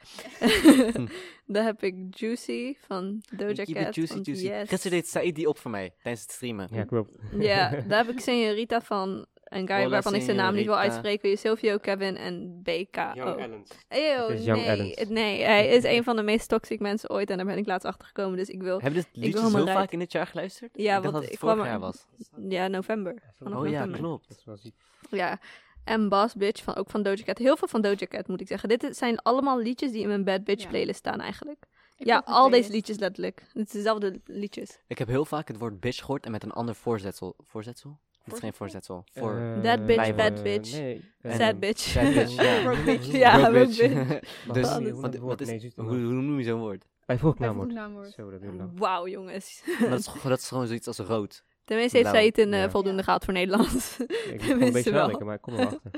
Speaker 3: [laughs] Dan heb ik Juicy van Doja
Speaker 2: Keep it
Speaker 3: Cat.
Speaker 2: juicy,
Speaker 3: van
Speaker 2: juicy.
Speaker 3: Yes.
Speaker 2: Gisteren deed Said die op voor mij, tijdens het streamen.
Speaker 4: Ja, klopt.
Speaker 3: Ja, daar heb ik Senorita van. Een guy
Speaker 2: Hola,
Speaker 3: waarvan ik zijn naam niet wil
Speaker 2: Señorita.
Speaker 3: uitspreken. Silvio, Kevin en BKO.
Speaker 4: Ellens.
Speaker 3: Eeuw,
Speaker 4: Het is Young
Speaker 3: nee.
Speaker 4: Adams.
Speaker 3: het- Nee, hij is een van de meest toxic mensen ooit. En daar ben ik laatst achter gekomen. Dus ik wil...
Speaker 2: Hebben dit liedje
Speaker 3: wil
Speaker 2: zo
Speaker 3: mijn rijden.
Speaker 2: vaak in dit jaar geluisterd?
Speaker 3: Ja,
Speaker 2: ik dacht
Speaker 3: want
Speaker 2: dat het
Speaker 3: ik
Speaker 2: vorig
Speaker 3: kwam er-
Speaker 2: jaar was.
Speaker 3: Ja, november. Vanaf
Speaker 2: Oh ja,
Speaker 3: november.
Speaker 2: klopt.
Speaker 4: Dat is wel ziek.
Speaker 3: Ja. En Boss Bitch, van, ook van Doja Cat. Heel veel van Doja Cat, moet ik zeggen. Dit is- zijn allemaal liedjes die in mijn Bad Bitch
Speaker 1: Ja.
Speaker 3: playlist staan eigenlijk.
Speaker 1: Ik
Speaker 3: ja,
Speaker 1: heb een
Speaker 3: al deze
Speaker 1: playlist.
Speaker 3: liedjes letterlijk. Het is dezelfde liedjes.
Speaker 2: Ik heb heel vaak het woord bitch gehoord en met een ander voorzetsel. Voorzetsel? Dat is geen voorzetsel. Voor...
Speaker 4: Eh,
Speaker 3: That bitch,
Speaker 4: eh,
Speaker 3: bad bitch.
Speaker 4: Nee.
Speaker 2: En-
Speaker 3: Sad bitch.
Speaker 2: Sad bitch, ja.
Speaker 1: Broke
Speaker 2: [laughs]
Speaker 1: bitch.
Speaker 3: [laughs]
Speaker 2: Broke
Speaker 3: Ja, broke
Speaker 2: [laughs] dus,
Speaker 3: hoe noem je
Speaker 2: want-
Speaker 4: dat
Speaker 2: wat
Speaker 4: woord?
Speaker 2: is,
Speaker 4: Nee, zoet
Speaker 2: hoe,
Speaker 4: het
Speaker 2: hoe noem je zo'n
Speaker 3: [laughs]
Speaker 2: woord?
Speaker 4: Bijvoegnaamwoord.
Speaker 1: Bijvoegnaamwoord.
Speaker 4: Zo, dat doen we lang.
Speaker 3: Wauw, jongens. [laughs]
Speaker 2: Dat is, dat is gewoon zoiets als rood.
Speaker 3: Tenminste heeft
Speaker 2: Blauw.
Speaker 3: zij het een eh,
Speaker 4: Ja.
Speaker 3: voldoende gehad voor Nederlands.
Speaker 4: Ik ben een
Speaker 3: wisten
Speaker 4: beetje
Speaker 3: wel.
Speaker 4: nadenken, maar ik kom er wel achter.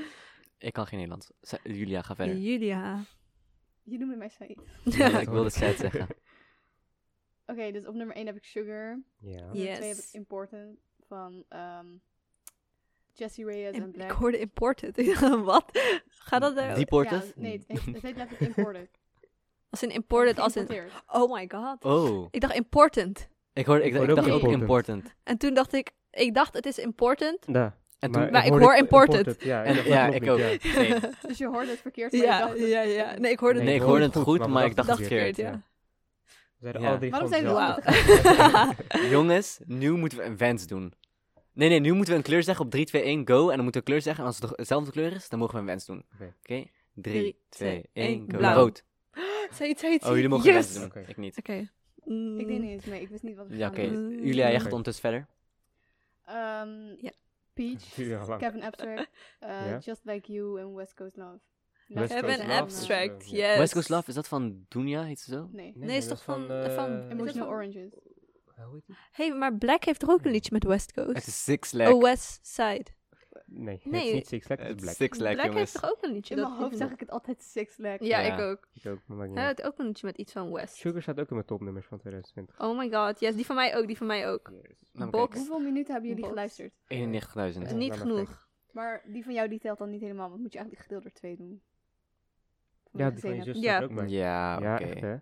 Speaker 2: Ik kan geen Nederlands. Sa- Julia, ga verder.
Speaker 3: [laughs] Julia.
Speaker 1: Je noemde mij Said. Oké,
Speaker 2: Ja,
Speaker 4: [laughs]
Speaker 2: ik wilde sad zeggen.
Speaker 1: dus op nummer 1 heb ik Sugar.
Speaker 4: Ja.
Speaker 1: Op nummer 2 heb
Speaker 3: Yes.
Speaker 1: ik Important van ehm Jesse Reyes en Black.
Speaker 3: Ik hoorde imported. [laughs] Ik dacht, Wat? Gaat dat er...
Speaker 2: Deported?
Speaker 1: Ja, nee, het heet, het heet letterlijk
Speaker 3: [laughs]
Speaker 1: Imported.
Speaker 3: Als in imported, als in...
Speaker 1: Geïmporteerd.
Speaker 3: Oh my god.
Speaker 2: [laughs] Oh,
Speaker 3: Ik dacht important.
Speaker 2: ik, hoorde, ik,
Speaker 4: Ik hoorde
Speaker 2: ik dacht
Speaker 1: ook
Speaker 2: ook
Speaker 4: important.
Speaker 2: important.
Speaker 3: En toen dacht ik... Ik dacht het is important.
Speaker 4: Da.
Speaker 2: En toen...
Speaker 3: Maar ik hoor imported.
Speaker 4: Ja,
Speaker 2: en-
Speaker 4: dat
Speaker 2: ja,
Speaker 4: klopt
Speaker 2: ik
Speaker 4: niet,
Speaker 2: ook.
Speaker 4: ja.
Speaker 3: [laughs]
Speaker 2: Nee.
Speaker 1: Dus je hoorde het verkeerd, maar je
Speaker 3: Ja,
Speaker 1: dacht het-
Speaker 3: ja, ja. Nee, ik hoorde
Speaker 2: Nee, ik
Speaker 3: het.
Speaker 2: hoorde het goed, maar ik dacht
Speaker 3: dacht verkeerd, ja.
Speaker 4: We zeiden
Speaker 2: Ja.
Speaker 4: alle drie
Speaker 1: Waarom zijn
Speaker 4: gewoon
Speaker 1: we
Speaker 4: hetzelfde.
Speaker 2: [laughs]
Speaker 3: [laughs]
Speaker 2: Jongens, nu moeten we een wens doen. Nee, nee, nu moeten we een kleur zeggen op 3, 2, 1, go. En dan moeten we een kleur zeggen. En als het dezelfde kleur is, dan mogen we een wens doen.
Speaker 4: Oké.
Speaker 2: Oké? 3,
Speaker 3: Drie,
Speaker 2: 2,
Speaker 3: twee,
Speaker 2: 1,
Speaker 3: één,
Speaker 2: go.
Speaker 3: blauw.
Speaker 2: Rood.
Speaker 3: Zij het, zij het.
Speaker 2: Oh, jullie mogen
Speaker 3: yes.
Speaker 2: een wens doen.
Speaker 4: Oké.
Speaker 2: Ik niet.
Speaker 3: Oké.
Speaker 1: Ik deed niet eens mee, ik wist niet wat het
Speaker 2: Ja, oké.
Speaker 1: was.
Speaker 3: Mm.
Speaker 2: Julia, jij gaat
Speaker 4: Oké.
Speaker 2: ondertussen verder.
Speaker 1: Ehm,
Speaker 3: Ja.
Speaker 1: Peach,
Speaker 4: [laughs] Ja, lang.
Speaker 1: Kevin
Speaker 3: [laughs]
Speaker 1: Abstract, eh,
Speaker 4: Ja.
Speaker 1: Just Like You en West Coast Love.
Speaker 4: West Coast
Speaker 3: Hebben een
Speaker 4: Love.
Speaker 3: abstract,
Speaker 4: Ja.
Speaker 3: yes.
Speaker 2: West Coast Love, is dat van Dunia, heet ze zo?
Speaker 1: Nee,
Speaker 3: Nee, is
Speaker 4: dat
Speaker 3: toch van-
Speaker 4: eh,
Speaker 3: van-
Speaker 4: hoe heet
Speaker 1: Emotional
Speaker 3: van-
Speaker 1: Oranges.
Speaker 4: die?
Speaker 3: hey, maar Black heeft toch ook een liedje met West
Speaker 2: Mm. Het
Speaker 3: Coast?
Speaker 2: is Six Leg.
Speaker 3: Oh, West Side.
Speaker 4: Nee, het
Speaker 3: Nee.
Speaker 4: is niet Six Flags, het is Black.
Speaker 2: Six Leg,
Speaker 3: Black
Speaker 2: jongens.
Speaker 3: heeft toch ook een liedje?
Speaker 1: In
Speaker 3: dat-
Speaker 1: mijn hoofd zag ik het altijd Six Leg.
Speaker 3: Ja,
Speaker 2: Ja.
Speaker 3: ik ook.
Speaker 4: Ik ook, maar maakt niet
Speaker 3: Hij
Speaker 4: uit.
Speaker 3: had ook een liedje met iets van West.
Speaker 4: Sugar staat ook in mijn topnummers van 2020.
Speaker 3: Oh my god, yes, die van mij ook, die van mij ook.
Speaker 2: Nou,
Speaker 3: Box.
Speaker 2: kijk,
Speaker 1: Hoeveel minuten hebben jullie
Speaker 3: Box.
Speaker 1: geluisterd?
Speaker 2: 91.000.
Speaker 3: Is
Speaker 4: Ja,
Speaker 3: niet
Speaker 4: laat maar
Speaker 3: genoeg.
Speaker 1: Maar die van jou die telt dan niet helemaal, want moet je eigenlijk gedeeld door twee doen. Van
Speaker 4: Ja,
Speaker 1: wat
Speaker 4: die
Speaker 1: ik
Speaker 4: van
Speaker 1: gezien
Speaker 4: je
Speaker 1: heb.
Speaker 3: Ja.
Speaker 4: zus staat er ook bij.
Speaker 2: Ja,
Speaker 4: Ja,
Speaker 2: oké.
Speaker 4: echt hè.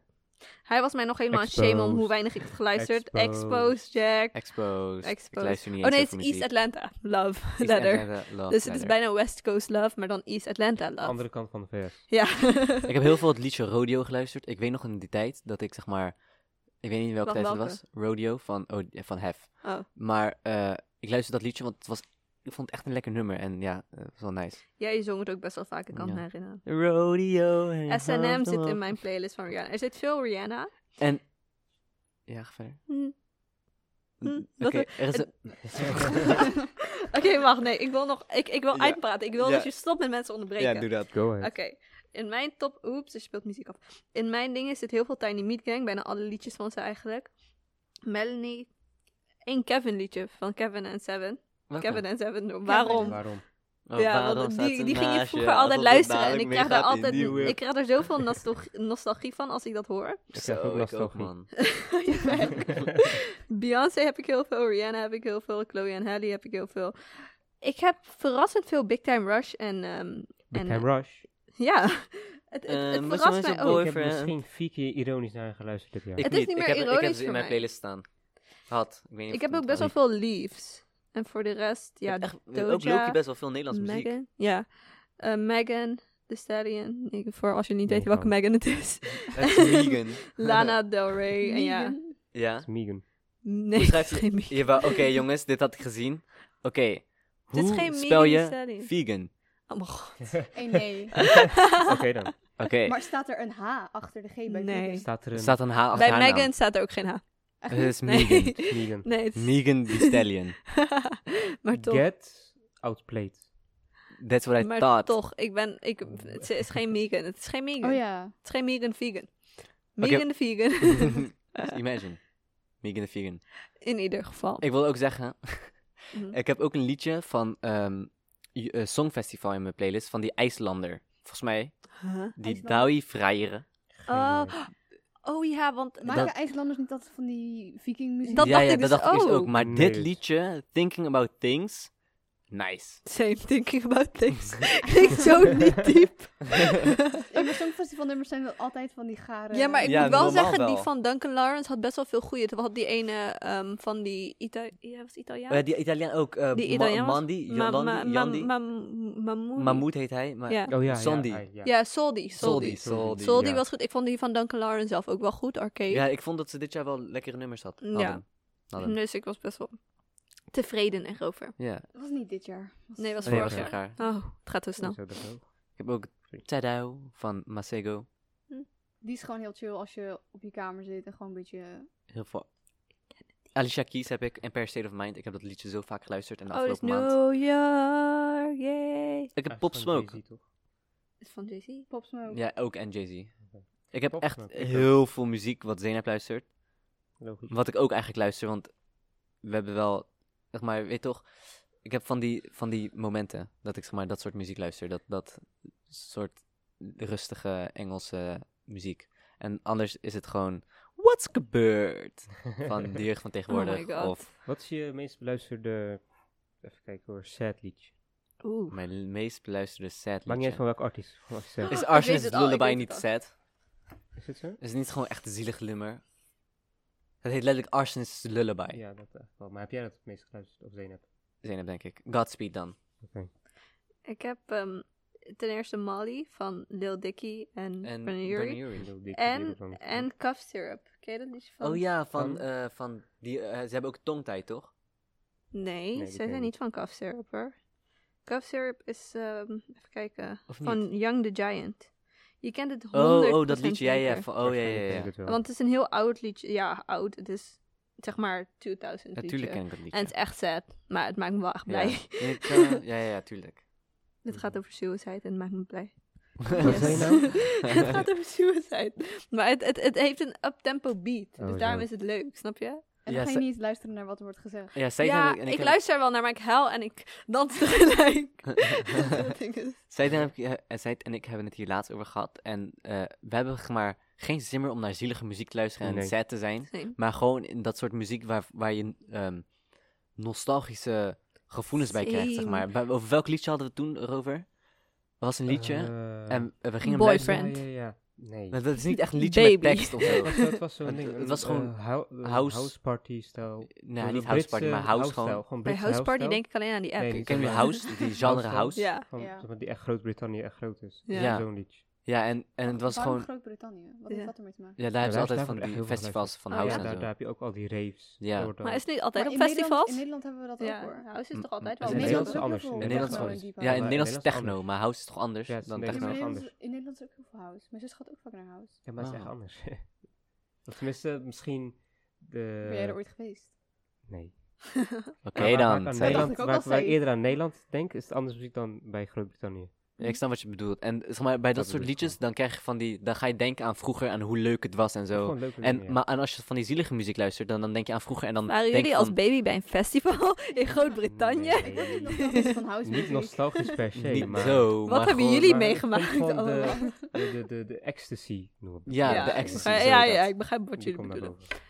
Speaker 3: Hij was mij nog helemaal aan shame om hoe
Speaker 4: Exposed.
Speaker 3: weinig ik heb geluisterd.
Speaker 4: Exposed.
Speaker 3: Exposed, Jack.
Speaker 2: Exposed. Ik
Speaker 3: Exposed.
Speaker 2: luister niet
Speaker 3: oh
Speaker 2: eens
Speaker 3: nee, het
Speaker 2: over
Speaker 3: is East
Speaker 2: muziek.
Speaker 3: Atlanta. Love.
Speaker 2: East
Speaker 3: [laughs] letter.
Speaker 2: Atlanta Love
Speaker 3: Dus het is
Speaker 2: Letter.
Speaker 3: bijna West Coast Love, maar dan East Atlanta Love.
Speaker 4: Andere kant van de VS.
Speaker 3: Ja.
Speaker 2: [laughs] Ik heb heel veel het liedje Rodeo geluisterd. Ik weet nog in die tijd dat ik zeg maar... Ik weet niet welke
Speaker 3: Wacht,
Speaker 2: tijd het was. Rodeo van, oh, van Hef.
Speaker 3: Oh.
Speaker 2: Maar eh, ik luisterde dat liedje, want het was... Ik vond het echt een lekker nummer. En ja, eh, het was wel nice.
Speaker 3: Jij zong het ook best wel vaak, ik kan me
Speaker 2: Ja.
Speaker 3: herinneren.
Speaker 2: Rodeo. en je
Speaker 3: SNM
Speaker 2: hoofd
Speaker 3: zit
Speaker 2: omhoog.
Speaker 3: in mijn playlist van Rihanna. Er zit veel
Speaker 2: [laughs]
Speaker 3: Rihanna. [laughs]
Speaker 2: En... Ja, ga verder.
Speaker 3: Hm. Hm,
Speaker 2: Oké,
Speaker 3: dat we-
Speaker 2: er is een...
Speaker 3: [laughs] Oké, wacht, nee, ik wil nog, ik, ik wil
Speaker 2: Ja.
Speaker 3: uitpraten. Ik wil
Speaker 2: Ja.
Speaker 3: dat je stopt met mensen onderbreken.
Speaker 2: Ja, doe dat.
Speaker 4: Go
Speaker 3: Oké.
Speaker 4: ahead.
Speaker 3: In mijn top... Oeps, er speelt muziek af. In mijn dingen zit heel veel Tiny Meat Gang. Bijna alle liedjes van ze eigenlijk. Melanie. Eén Kevin liedje van Kevin en Seven.
Speaker 2: Welke?
Speaker 3: Kevin en Seven. Waarom?
Speaker 4: Waarom?
Speaker 2: Oh,
Speaker 3: ja,
Speaker 2: waarom
Speaker 3: want
Speaker 2: staat ze
Speaker 3: die, die ging
Speaker 2: naast
Speaker 3: ik
Speaker 2: je?
Speaker 3: vroeger
Speaker 2: Alsof
Speaker 3: altijd
Speaker 2: het
Speaker 3: luisteren. En
Speaker 2: dadelijk
Speaker 3: ik krijg,
Speaker 2: meegaat
Speaker 3: daar
Speaker 2: in
Speaker 3: altijd,
Speaker 2: nieuwe-
Speaker 3: ik krijg daar zoveel nostalgie, nostalgie van als ik dat hoor. [laughs]
Speaker 4: Ik krijg ook
Speaker 2: Zo, ik ook,
Speaker 4: nostalgie.
Speaker 2: man.
Speaker 3: Je
Speaker 2: [laughs]
Speaker 3: merkt. Beyoncé heb ik heel veel. Rihanna heb ik heel veel. Chloe en Halle heb ik heel veel. Ik heb verrassend veel Big Time Rush en... ehm,
Speaker 4: Big
Speaker 3: en,
Speaker 4: Time Rush.
Speaker 3: Ja, [laughs] het, het,
Speaker 2: Eh,
Speaker 3: het
Speaker 2: moest
Speaker 3: verrast
Speaker 2: wel eens
Speaker 3: mij
Speaker 2: een
Speaker 3: ook.
Speaker 2: boy-
Speaker 4: Oh, Ik heb er
Speaker 2: Boyfriend.
Speaker 4: misschien vier keer ironisch naar geluisterd dit jaar.
Speaker 2: Ik
Speaker 3: Het is niet meer
Speaker 2: ik heb, Ik heb
Speaker 3: ironisch
Speaker 2: ze in
Speaker 3: voor
Speaker 2: mijn
Speaker 3: mij.
Speaker 2: playlist staan. Had. Ik, weet niet of het
Speaker 3: Ik heb ook
Speaker 2: moet
Speaker 3: best wel
Speaker 2: wel.
Speaker 3: veel liefs. En voor de rest,
Speaker 2: Ik
Speaker 3: ja,
Speaker 2: heb echt-
Speaker 3: Doja,
Speaker 2: Ook Loki best wel veel Nederlands muziek.
Speaker 3: Megan. Ja, Eh Megan, de Stallion. Ik, voor als je niet
Speaker 4: Nee,
Speaker 3: weet welke
Speaker 4: kan.
Speaker 3: Megan het
Speaker 2: [laughs]
Speaker 3: is.
Speaker 2: Het is Megan.
Speaker 3: [laughs] Lana Del Rey. En ja.
Speaker 1: Megan.
Speaker 2: [laughs] Ja.
Speaker 4: Het is
Speaker 2: [laughs]
Speaker 4: Megan. [laughs]
Speaker 3: Nee,
Speaker 2: Hoe
Speaker 3: het
Speaker 2: schrijf
Speaker 3: is geen Megan.
Speaker 2: Jawel,
Speaker 3: [laughs]
Speaker 2: Oké, jongens, dit had ik gezien. Oké.
Speaker 3: Het is
Speaker 2: Hoe
Speaker 3: geen
Speaker 2: spel
Speaker 3: Megan Thee
Speaker 2: je
Speaker 3: Stallion. [laughs]
Speaker 2: vegan?
Speaker 3: Oh mijn god.
Speaker 1: Eh,
Speaker 3: [laughs]
Speaker 1: nee.
Speaker 4: Oké dan.
Speaker 2: Oké.
Speaker 1: Maar staat er een H achter de G bij
Speaker 3: Nee.
Speaker 1: Megan?
Speaker 4: Staat er
Speaker 2: Er
Speaker 4: een
Speaker 2: staat een H achter
Speaker 3: Bij
Speaker 2: haar
Speaker 3: Megan
Speaker 2: naam.
Speaker 3: staat er ook geen H.
Speaker 1: Echt
Speaker 2: [laughs]
Speaker 4: Eh,
Speaker 2: Het is
Speaker 3: Nee.
Speaker 2: Megan.
Speaker 4: Megan.
Speaker 3: [laughs] Nee, het is-
Speaker 2: Megan Thee Stallion.
Speaker 3: [laughs] maar toch.
Speaker 4: Get outplayed.
Speaker 2: That's what I
Speaker 3: maar
Speaker 2: thought. [laughs]
Speaker 3: toch, ik ben, ik, het is geen Megan. Het is geen Megan.
Speaker 1: Oh ja.
Speaker 3: Het is geen Megan vegan.
Speaker 2: Oké.
Speaker 3: Megan de
Speaker 2: [laughs]
Speaker 3: vegan.
Speaker 2: Imagine. Megan the Vegan.
Speaker 3: In ieder geval.
Speaker 2: Ik wil ook zeggen, [laughs]
Speaker 3: Mhm.
Speaker 2: ik heb ook een liedje van ehm, J- eh, Songfestival in mijn playlist van die IJslander. Volgens mij,
Speaker 3: Huh?
Speaker 2: die
Speaker 1: IJslander?
Speaker 2: Dawi Vrijeren.
Speaker 3: Oh,
Speaker 4: idee.
Speaker 3: oh ja, want...
Speaker 1: Maken
Speaker 2: Dat-
Speaker 1: IJslanders niet altijd van die vikingmuziek?
Speaker 3: Dat
Speaker 2: ja,
Speaker 3: dacht
Speaker 2: ja,
Speaker 3: ik
Speaker 2: dat
Speaker 3: dus
Speaker 2: dacht ik eerst
Speaker 3: ook.
Speaker 2: ook. Maar
Speaker 4: Nee,
Speaker 2: dit
Speaker 4: dus-
Speaker 2: liedje, Thinking About Things, nice.
Speaker 3: Same thinking about
Speaker 2: [laughs]
Speaker 3: things. Klinkt zo niet diep.
Speaker 1: Ja, maar sommige festivalnummers zijn wel altijd van die garen.
Speaker 3: ja, maar ik
Speaker 2: Ja,
Speaker 3: moet wel
Speaker 2: normaal
Speaker 3: zeggen, die
Speaker 2: wel.
Speaker 3: van Duncan Lawrence had best wel veel goede. Terwijl had die ene ehm, van die Ita ja, was het Italiaan?
Speaker 2: Eh, die Italiaan ook, eh
Speaker 3: die
Speaker 2: Ma-
Speaker 3: Italiaan was-
Speaker 2: Mandy,
Speaker 3: Ma-
Speaker 2: Jolandi,
Speaker 3: ma- ma-
Speaker 2: Jandi.
Speaker 3: ma- Mahmood.
Speaker 2: Mahmood heet hij, maar
Speaker 3: Ja.
Speaker 4: Oh ja,
Speaker 2: Sandy.
Speaker 4: Ja, ja.
Speaker 3: Ja, Soldi.
Speaker 2: Soldi,
Speaker 3: Soldi. Soldi,
Speaker 2: Soldi.
Speaker 4: ja.
Speaker 3: was goed. Ik vond die van Duncan Lawrence zelf ook wel goed, arcade.
Speaker 2: Ja, ik vond dat ze dit jaar wel lekkere nummers had.
Speaker 3: Ja.
Speaker 2: hadden. Hadden.
Speaker 3: dus ik was best wel tevreden erover.
Speaker 2: Ja.
Speaker 1: Dat was niet dit jaar. Dat
Speaker 3: Nee, dat was
Speaker 2: Nee,
Speaker 3: vorig
Speaker 2: was
Speaker 3: jaar.
Speaker 2: jaar.
Speaker 3: Oh, het gaat zo
Speaker 2: nou.
Speaker 3: snel.
Speaker 4: Zo, dat ook.
Speaker 2: Ik heb ook Tadao van Masego.
Speaker 1: Die is gewoon heel chill als je op je kamer zit en gewoon een beetje...
Speaker 2: Heel veel. Alicia Keys heb ik en Per State of Mind. Ik heb dat liedje zo vaak geluisterd in de
Speaker 3: Oh, dus
Speaker 2: afgelopen maand.
Speaker 3: New York, yay.
Speaker 2: Ik
Speaker 4: Hij
Speaker 2: heb
Speaker 4: is
Speaker 2: Pop
Speaker 4: van
Speaker 2: Smoke.
Speaker 4: Jay-Z, toch?
Speaker 3: Is van Jay-Z?
Speaker 1: Pop Smoke.
Speaker 2: Ja, ook en Jay-Z. Ik heb
Speaker 4: Pop
Speaker 2: echt
Speaker 4: Smoke, ik ook.
Speaker 2: heel veel muziek wat Zeynep luistert.
Speaker 4: Logisch.
Speaker 2: Wat ik ook eigenlijk luister, want we hebben wel, zeg maar, weet toch, ik heb van die, van die momenten dat ik zeg maar dat soort muziek luister, dat, dat soort rustige Engelse muziek. En anders is het gewoon, what's gebeurd?
Speaker 4: [laughs]
Speaker 2: Van de jeugd van
Speaker 3: [laughs] Oh
Speaker 2: tegenwoordig,
Speaker 3: my god.
Speaker 2: of
Speaker 4: Wat is je meest beluisterde, even kijken hoor, sad liedje?
Speaker 3: Oeh.
Speaker 2: mijn meest beluisterde sad
Speaker 4: Maakt niet uit van
Speaker 2: liedje.
Speaker 4: welk artiest. Gewoon als je sad.
Speaker 2: Is
Speaker 3: Ik weet
Speaker 2: Arsenis
Speaker 3: het al, ik
Speaker 2: Lullaby
Speaker 3: weet
Speaker 2: niet
Speaker 3: het
Speaker 2: sad?
Speaker 4: Is het zo?
Speaker 2: Is het niet gewoon echt een zielig nummer? Het heet letterlijk Arsenis Lullaby,
Speaker 4: Ja, dat echt wel. Maar heb jij dat het meest geluisterd op Zeynep?
Speaker 2: Zeynep, denk ik. Godspeed dan.
Speaker 3: Ik heb ehm, ten eerste Molly van Lil Dicky en,
Speaker 2: En
Speaker 3: van
Speaker 2: Brandon
Speaker 3: Yuri.
Speaker 2: Urie.
Speaker 4: Lil Dicky, die
Speaker 3: En,
Speaker 4: heb ik wel
Speaker 3: en Cough Syrup. Ken je dat liedje van?
Speaker 2: Oh ja, van,
Speaker 4: Van?
Speaker 2: eh, van die, eh, ze hebben ook tongtijd, toch?
Speaker 3: Nee,
Speaker 4: Nee, die
Speaker 3: ze
Speaker 4: ken
Speaker 3: zijn
Speaker 4: ik
Speaker 3: niet
Speaker 4: niet.
Speaker 3: van Cough Syrup hoor. Cough Syrup is, ehm, even kijken,
Speaker 2: Of
Speaker 3: van
Speaker 2: niet?
Speaker 3: Young the Giant. Je kent het 100%
Speaker 2: Oh, oh, dat liedje, ja, ja.
Speaker 3: zeker.
Speaker 2: Van, oh, ja,
Speaker 4: Waarschijnlijk
Speaker 2: ja,
Speaker 4: ken
Speaker 2: ja.
Speaker 4: ik het wel.
Speaker 3: Want het is een heel oud liedje. Ja, oud. Het is zeg maar 2000
Speaker 2: Natuurlijk
Speaker 3: liedje.
Speaker 2: ken ik dat liedje.
Speaker 3: En het is echt sad, maar het maakt me wel echt blij. [laughs]
Speaker 2: Ja, Ik, eh, ja, ja, ja, tuurlijk.
Speaker 3: Het gaat over suicide en het maakt me blij.
Speaker 4: [laughs] Wat zei je nou?
Speaker 3: [laughs] het gaat over suicide. Maar het, het, het heeft een uptempo beat.
Speaker 4: Oh,
Speaker 3: dus
Speaker 4: zo.
Speaker 3: daarom is het leuk, snap je?
Speaker 1: En
Speaker 2: Ja,
Speaker 1: dan ga je
Speaker 2: ze-
Speaker 1: niet luisteren naar wat er wordt gezegd.
Speaker 2: [laughs] Ja, zij
Speaker 3: ja,
Speaker 2: en
Speaker 3: ik,
Speaker 2: ik, heb- [laughs]
Speaker 3: luister er wel naar, maar ik huil en ik dans [laughs] tegelijk. Dat ding is-
Speaker 2: Zij en ik- eh, en Zij en ik hebben het hier laatst over gehad. En eh, we hebben zeg maar geen zimmer om naar zielige muziek te luisteren en
Speaker 4: Nee.
Speaker 2: sad te zijn.
Speaker 3: Nee.
Speaker 2: Maar gewoon in dat soort muziek waar, waar je ehm, nostalgische gevoelens bij krijgt, zeg
Speaker 3: Same.
Speaker 2: maar. Bij- over welk liedje hadden we het toen erover? Er was een liedje
Speaker 4: Eh,
Speaker 2: en eh, we gingen hem
Speaker 3: Boyfriend.
Speaker 2: luisteren.
Speaker 4: Ja, ja, ja. Nee.
Speaker 2: Maar dat is niet echt een liedje
Speaker 3: Baby.
Speaker 2: met tekst of
Speaker 4: Het
Speaker 2: zo.
Speaker 4: was, het was zo'n
Speaker 2: Het-
Speaker 4: ding.
Speaker 2: het
Speaker 4: een,
Speaker 2: was gewoon
Speaker 4: eh, hou- eh,
Speaker 2: house-
Speaker 4: house party stijl.
Speaker 2: Nee,
Speaker 4: Een
Speaker 2: niet house party,
Speaker 4: Britse
Speaker 2: maar house
Speaker 4: stijl,
Speaker 2: gewoon.
Speaker 4: gewoon
Speaker 3: Bij
Speaker 4: Britse
Speaker 3: House Party
Speaker 4: stijl.
Speaker 3: denk ik alleen aan die app.
Speaker 4: Nee,
Speaker 2: Ik
Speaker 4: niet
Speaker 2: ken je
Speaker 4: zo.
Speaker 2: house, die genre house. Ja,
Speaker 3: ja.
Speaker 4: Van,
Speaker 1: Ja.
Speaker 4: van die echt Groot-Brittannië echt groot is.
Speaker 3: Ja.
Speaker 2: Ja.
Speaker 4: Zo'n liedje.
Speaker 2: en, en het was
Speaker 1: Waarom
Speaker 2: gewoon...
Speaker 1: Groot-Brittannië? Wat
Speaker 3: Ja.
Speaker 1: heeft dat ermee te maken?
Speaker 2: Ja, daar hebben ze
Speaker 4: daar-
Speaker 2: altijd van
Speaker 4: daar wordt echt
Speaker 2: die
Speaker 4: heel veel
Speaker 2: festivals van
Speaker 3: geluisterd. Oh,
Speaker 2: house
Speaker 4: Ja,
Speaker 3: ja.
Speaker 2: en
Speaker 4: daar,
Speaker 2: zo.
Speaker 4: daar heb je ook al die raves.
Speaker 2: Ja.
Speaker 4: Daar wordt dan-
Speaker 3: Maar is het niet altijd
Speaker 1: Maar
Speaker 3: op
Speaker 1: in Nederland,
Speaker 3: festivals?
Speaker 1: in Nederland hebben we dat
Speaker 3: ja,
Speaker 1: ook hoor.
Speaker 2: Mm,
Speaker 3: House is toch altijd wel
Speaker 2: In
Speaker 3: een
Speaker 4: Nederland
Speaker 3: beetje-
Speaker 4: is anders.
Speaker 1: heel
Speaker 4: In
Speaker 1: veel
Speaker 2: In
Speaker 4: Nederland
Speaker 2: Nederland
Speaker 1: techno
Speaker 4: is anders.
Speaker 1: en
Speaker 2: is,
Speaker 1: deep
Speaker 2: ja, in
Speaker 1: house.
Speaker 4: maar-
Speaker 2: Nederlands is
Speaker 4: Nederlands
Speaker 2: techno,
Speaker 4: anders.
Speaker 2: maar house is toch anders
Speaker 4: Ja, het is
Speaker 2: dan
Speaker 4: net
Speaker 1: Ja,
Speaker 4: is
Speaker 1: maar
Speaker 2: techno.
Speaker 4: nog
Speaker 1: in,
Speaker 4: anders.
Speaker 1: Nederland, in Nederland is ook heel veel house. Mijn zus gaat ook vaak naar house.
Speaker 4: Ja, maar het is echt
Speaker 2: Ah.
Speaker 4: anders. Of tenminste, misschien de...
Speaker 1: Ben jij er ooit geweest?
Speaker 4: Nee.
Speaker 2: Oké
Speaker 4: Maar waar- waar ik
Speaker 2: dan. zei-
Speaker 4: aan
Speaker 1: Nederland-
Speaker 4: Nederland,
Speaker 1: ik ook
Speaker 4: waar
Speaker 1: al
Speaker 4: ik waar ik
Speaker 1: zei.
Speaker 4: eerder aan Nederland denk, is het anders muziek dan bij Groot-Brittannië.
Speaker 2: Ja, ik snap wat je bedoelt. En zeg maar, bij dat,
Speaker 4: Dat
Speaker 2: soort
Speaker 4: bedoel ik
Speaker 2: liedjes, dan krijg je van die... Dan ga je denken aan vroeger, aan hoe leuk het was en zo.
Speaker 4: Gewoon leuke
Speaker 2: En,
Speaker 4: dingen, ja.
Speaker 2: maar, en als je van die zielige muziek luistert, dan, dan denk je aan vroeger en dan
Speaker 3: Waren
Speaker 2: denk
Speaker 3: jullie
Speaker 2: je
Speaker 3: als
Speaker 2: van...
Speaker 3: baby bij een
Speaker 4: [laughs]
Speaker 3: festival in Groot-Brittannië?
Speaker 4: Nee.
Speaker 1: Wordt dit nog wel eens van house
Speaker 4: Niet
Speaker 1: music?
Speaker 4: nostalgisch per se,
Speaker 2: Niet
Speaker 4: maar...
Speaker 2: zo,
Speaker 3: Wat
Speaker 2: maar
Speaker 3: hebben
Speaker 2: gewoon-
Speaker 3: jullie
Speaker 4: maar het komt
Speaker 3: meegemaakt
Speaker 4: gewoon
Speaker 3: allemaal?
Speaker 4: De, de, de, de, de ecstasy, noem het.
Speaker 2: Ja, de
Speaker 3: ik
Speaker 2: ecstasy,
Speaker 3: begrijp-
Speaker 2: zo
Speaker 3: Ja,
Speaker 2: dat.
Speaker 3: ja, ik begrijp wat
Speaker 4: Die
Speaker 3: jullie
Speaker 4: komt naar
Speaker 3: bedoelen.
Speaker 4: boven.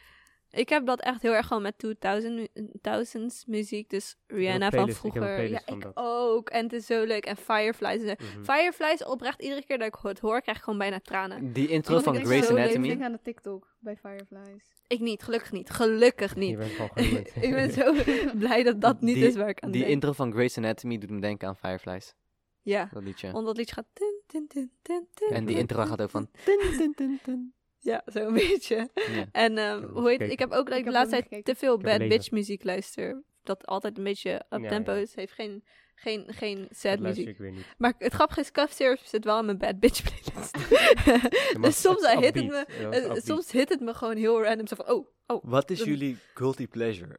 Speaker 3: Ik heb dat echt heel erg gewoon met 2000, mu- 2000s muziek. Dus Rihanna van
Speaker 4: playlist, ik heb
Speaker 3: vroeger.
Speaker 4: een
Speaker 3: Ja,
Speaker 4: playlist
Speaker 3: ik
Speaker 4: van dat.
Speaker 3: ook. En het is zo leuk. En Fireflies. en zo.
Speaker 4: Mhm.
Speaker 3: Fireflies, oprecht, iedere keer dat ik het hoor, krijg ik gewoon bijna tranen.
Speaker 2: Die intro
Speaker 3: Want
Speaker 2: van
Speaker 3: ik denk
Speaker 2: Grey's
Speaker 3: zo leuk,
Speaker 1: Ik "Oh, denk
Speaker 2: Anatomy.
Speaker 1: aan de TikTok bij Fireflies. [laughs]
Speaker 3: Ik niet, gelukkig niet. Gelukkig
Speaker 4: Je
Speaker 3: niet.
Speaker 4: bent gewoon gelukkig.
Speaker 3: [laughs] ik ben
Speaker 4: [laughs]
Speaker 3: zo blij dat dat niet
Speaker 2: Die-
Speaker 3: is waar ik aan
Speaker 2: Die
Speaker 3: denk.
Speaker 2: intro van Grey's Anatomy doet me denken aan Fireflies.
Speaker 3: Ja,
Speaker 2: Dat liedje.
Speaker 3: want dat liedje gaat... tin, tin, Dun, dun, dun, dun,
Speaker 2: En die
Speaker 3: dun,
Speaker 2: intro gaat ook
Speaker 3: [laughs]
Speaker 2: van...
Speaker 3: [laughs] dun, dun, dun, dun. Ja, zo'n [laughs] beetje.
Speaker 2: Ja.
Speaker 3: En ehm,
Speaker 4: heb
Speaker 3: hoe heet,
Speaker 4: gekeken.
Speaker 3: ik heb ook like,
Speaker 1: Ik
Speaker 3: de
Speaker 1: heb
Speaker 3: laatste
Speaker 1: ook
Speaker 3: tijd
Speaker 1: gekeken.
Speaker 3: te veel
Speaker 4: Ik heb
Speaker 3: bad
Speaker 4: gelezen.
Speaker 3: bitch muziek luister. Dat altijd een beetje up tempo
Speaker 4: ja.
Speaker 3: is. Heeft geen, geen, geen sad
Speaker 4: Dat luister
Speaker 3: muziek.
Speaker 4: ik weer niet.
Speaker 3: Maar het grappige is, Cuff Syrup zit wel in mijn bad bitch
Speaker 4: [laughs]
Speaker 3: playlist.
Speaker 4: Ja, maar
Speaker 3: [laughs] dus soms
Speaker 4: het is
Speaker 3: hit het me,
Speaker 4: upbeat. Ja, dat is
Speaker 3: eh,
Speaker 4: upbeat.
Speaker 3: soms hit het me gewoon heel random. Zo van, oh, oh.
Speaker 2: Wat is
Speaker 3: Dat-
Speaker 2: jullie guilty pleasure?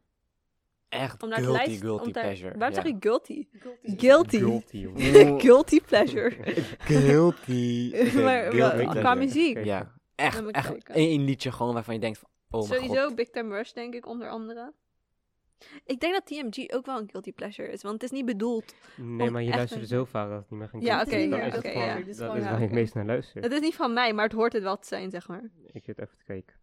Speaker 2: Echt
Speaker 3: Om naar te
Speaker 2: guilty,
Speaker 3: luisteren- om
Speaker 2: guilty
Speaker 3: daar-
Speaker 2: pleasure.
Speaker 3: Waarom
Speaker 2: [laughs]
Speaker 3: zeg ik guilty?
Speaker 1: Guilty.
Speaker 3: Guilty. [laughs]
Speaker 4: jongen.
Speaker 2: Oeh.
Speaker 4: [laughs]
Speaker 3: guilty [laughs] pleasure. [laughs]
Speaker 2: Guilty.
Speaker 3: Maar- maar
Speaker 4: pleasure.
Speaker 3: qua muziek.
Speaker 4: Oké.
Speaker 2: Ja,
Speaker 3: Dan
Speaker 2: echt,
Speaker 3: moet ik
Speaker 2: echt
Speaker 3: kijken.
Speaker 2: één liedje gewoon waarvan je denkt van, oh mijn
Speaker 3: Sowieso
Speaker 2: god.
Speaker 3: Big Time Rush, denk ik, onder andere. Ik denk dat TMG ook wel een guilty pleasure is, want het is niet bedoeld.
Speaker 4: Nee,
Speaker 3: om
Speaker 4: maar je
Speaker 3: echt
Speaker 4: luistert
Speaker 3: een-
Speaker 4: zo vaak dat het niet meer ging
Speaker 3: Ja,
Speaker 4: komen.
Speaker 1: oké,
Speaker 4: Dan
Speaker 1: ja,
Speaker 4: is het
Speaker 1: oké,
Speaker 4: gewoon-
Speaker 1: ja.
Speaker 4: Dat
Speaker 1: Dus
Speaker 4: is
Speaker 1: gewoon, ja,
Speaker 4: waar ik het
Speaker 1: oké.
Speaker 4: meest naar luister.
Speaker 3: Het is niet van mij, maar het hoort het wel te zijn, zeg maar.
Speaker 4: Ik zit even te kijken.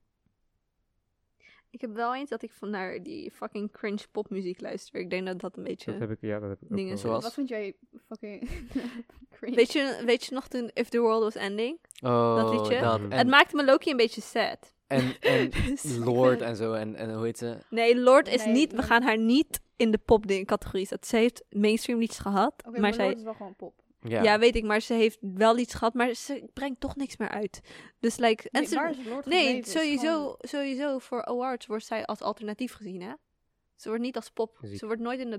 Speaker 3: Ik heb wel eens dat ik van naar die fucking cringe popmuziek luister. Ik denk dat dat een beetje...
Speaker 4: Dat heb ik, ja, dat heb ik ook
Speaker 3: Dingen
Speaker 4: wel.
Speaker 2: zoals-
Speaker 1: Wat vind jij fucking [laughs] cringe?
Speaker 3: Weet je, weet je nog toen If the World Was Ending?
Speaker 2: Oh,
Speaker 3: dat liedje.
Speaker 2: dat.
Speaker 4: Mhm.
Speaker 3: Het
Speaker 2: En,
Speaker 3: maakte me Loki een beetje sad.
Speaker 2: en, en
Speaker 3: Dus [laughs] ik
Speaker 2: Lord
Speaker 3: vind-
Speaker 2: en zo. En, en hoe heet ze?
Speaker 3: Nee, Lord is
Speaker 1: Nee,
Speaker 3: niet... We
Speaker 1: Lord-
Speaker 3: gaan haar niet in de popcategorie zetten. Ze heeft mainstream liedjes gehad,
Speaker 1: Oké,
Speaker 3: maar,
Speaker 1: maar
Speaker 3: zij...
Speaker 1: dat is wel gewoon pop.
Speaker 2: Ja.
Speaker 3: Ja, weet ik, maar ze heeft wel iets gehad, maar ze brengt toch niks meer uit. Dus like, en
Speaker 1: Nee,
Speaker 3: ze-
Speaker 1: waar is Lord gebleven?
Speaker 3: nee
Speaker 1: Het is gewoon-
Speaker 3: sowieso, sowieso voor awards wordt zij als alternatief gezien, hè? Ze wordt niet als pop,
Speaker 4: Muziek.
Speaker 3: ze wordt nooit in de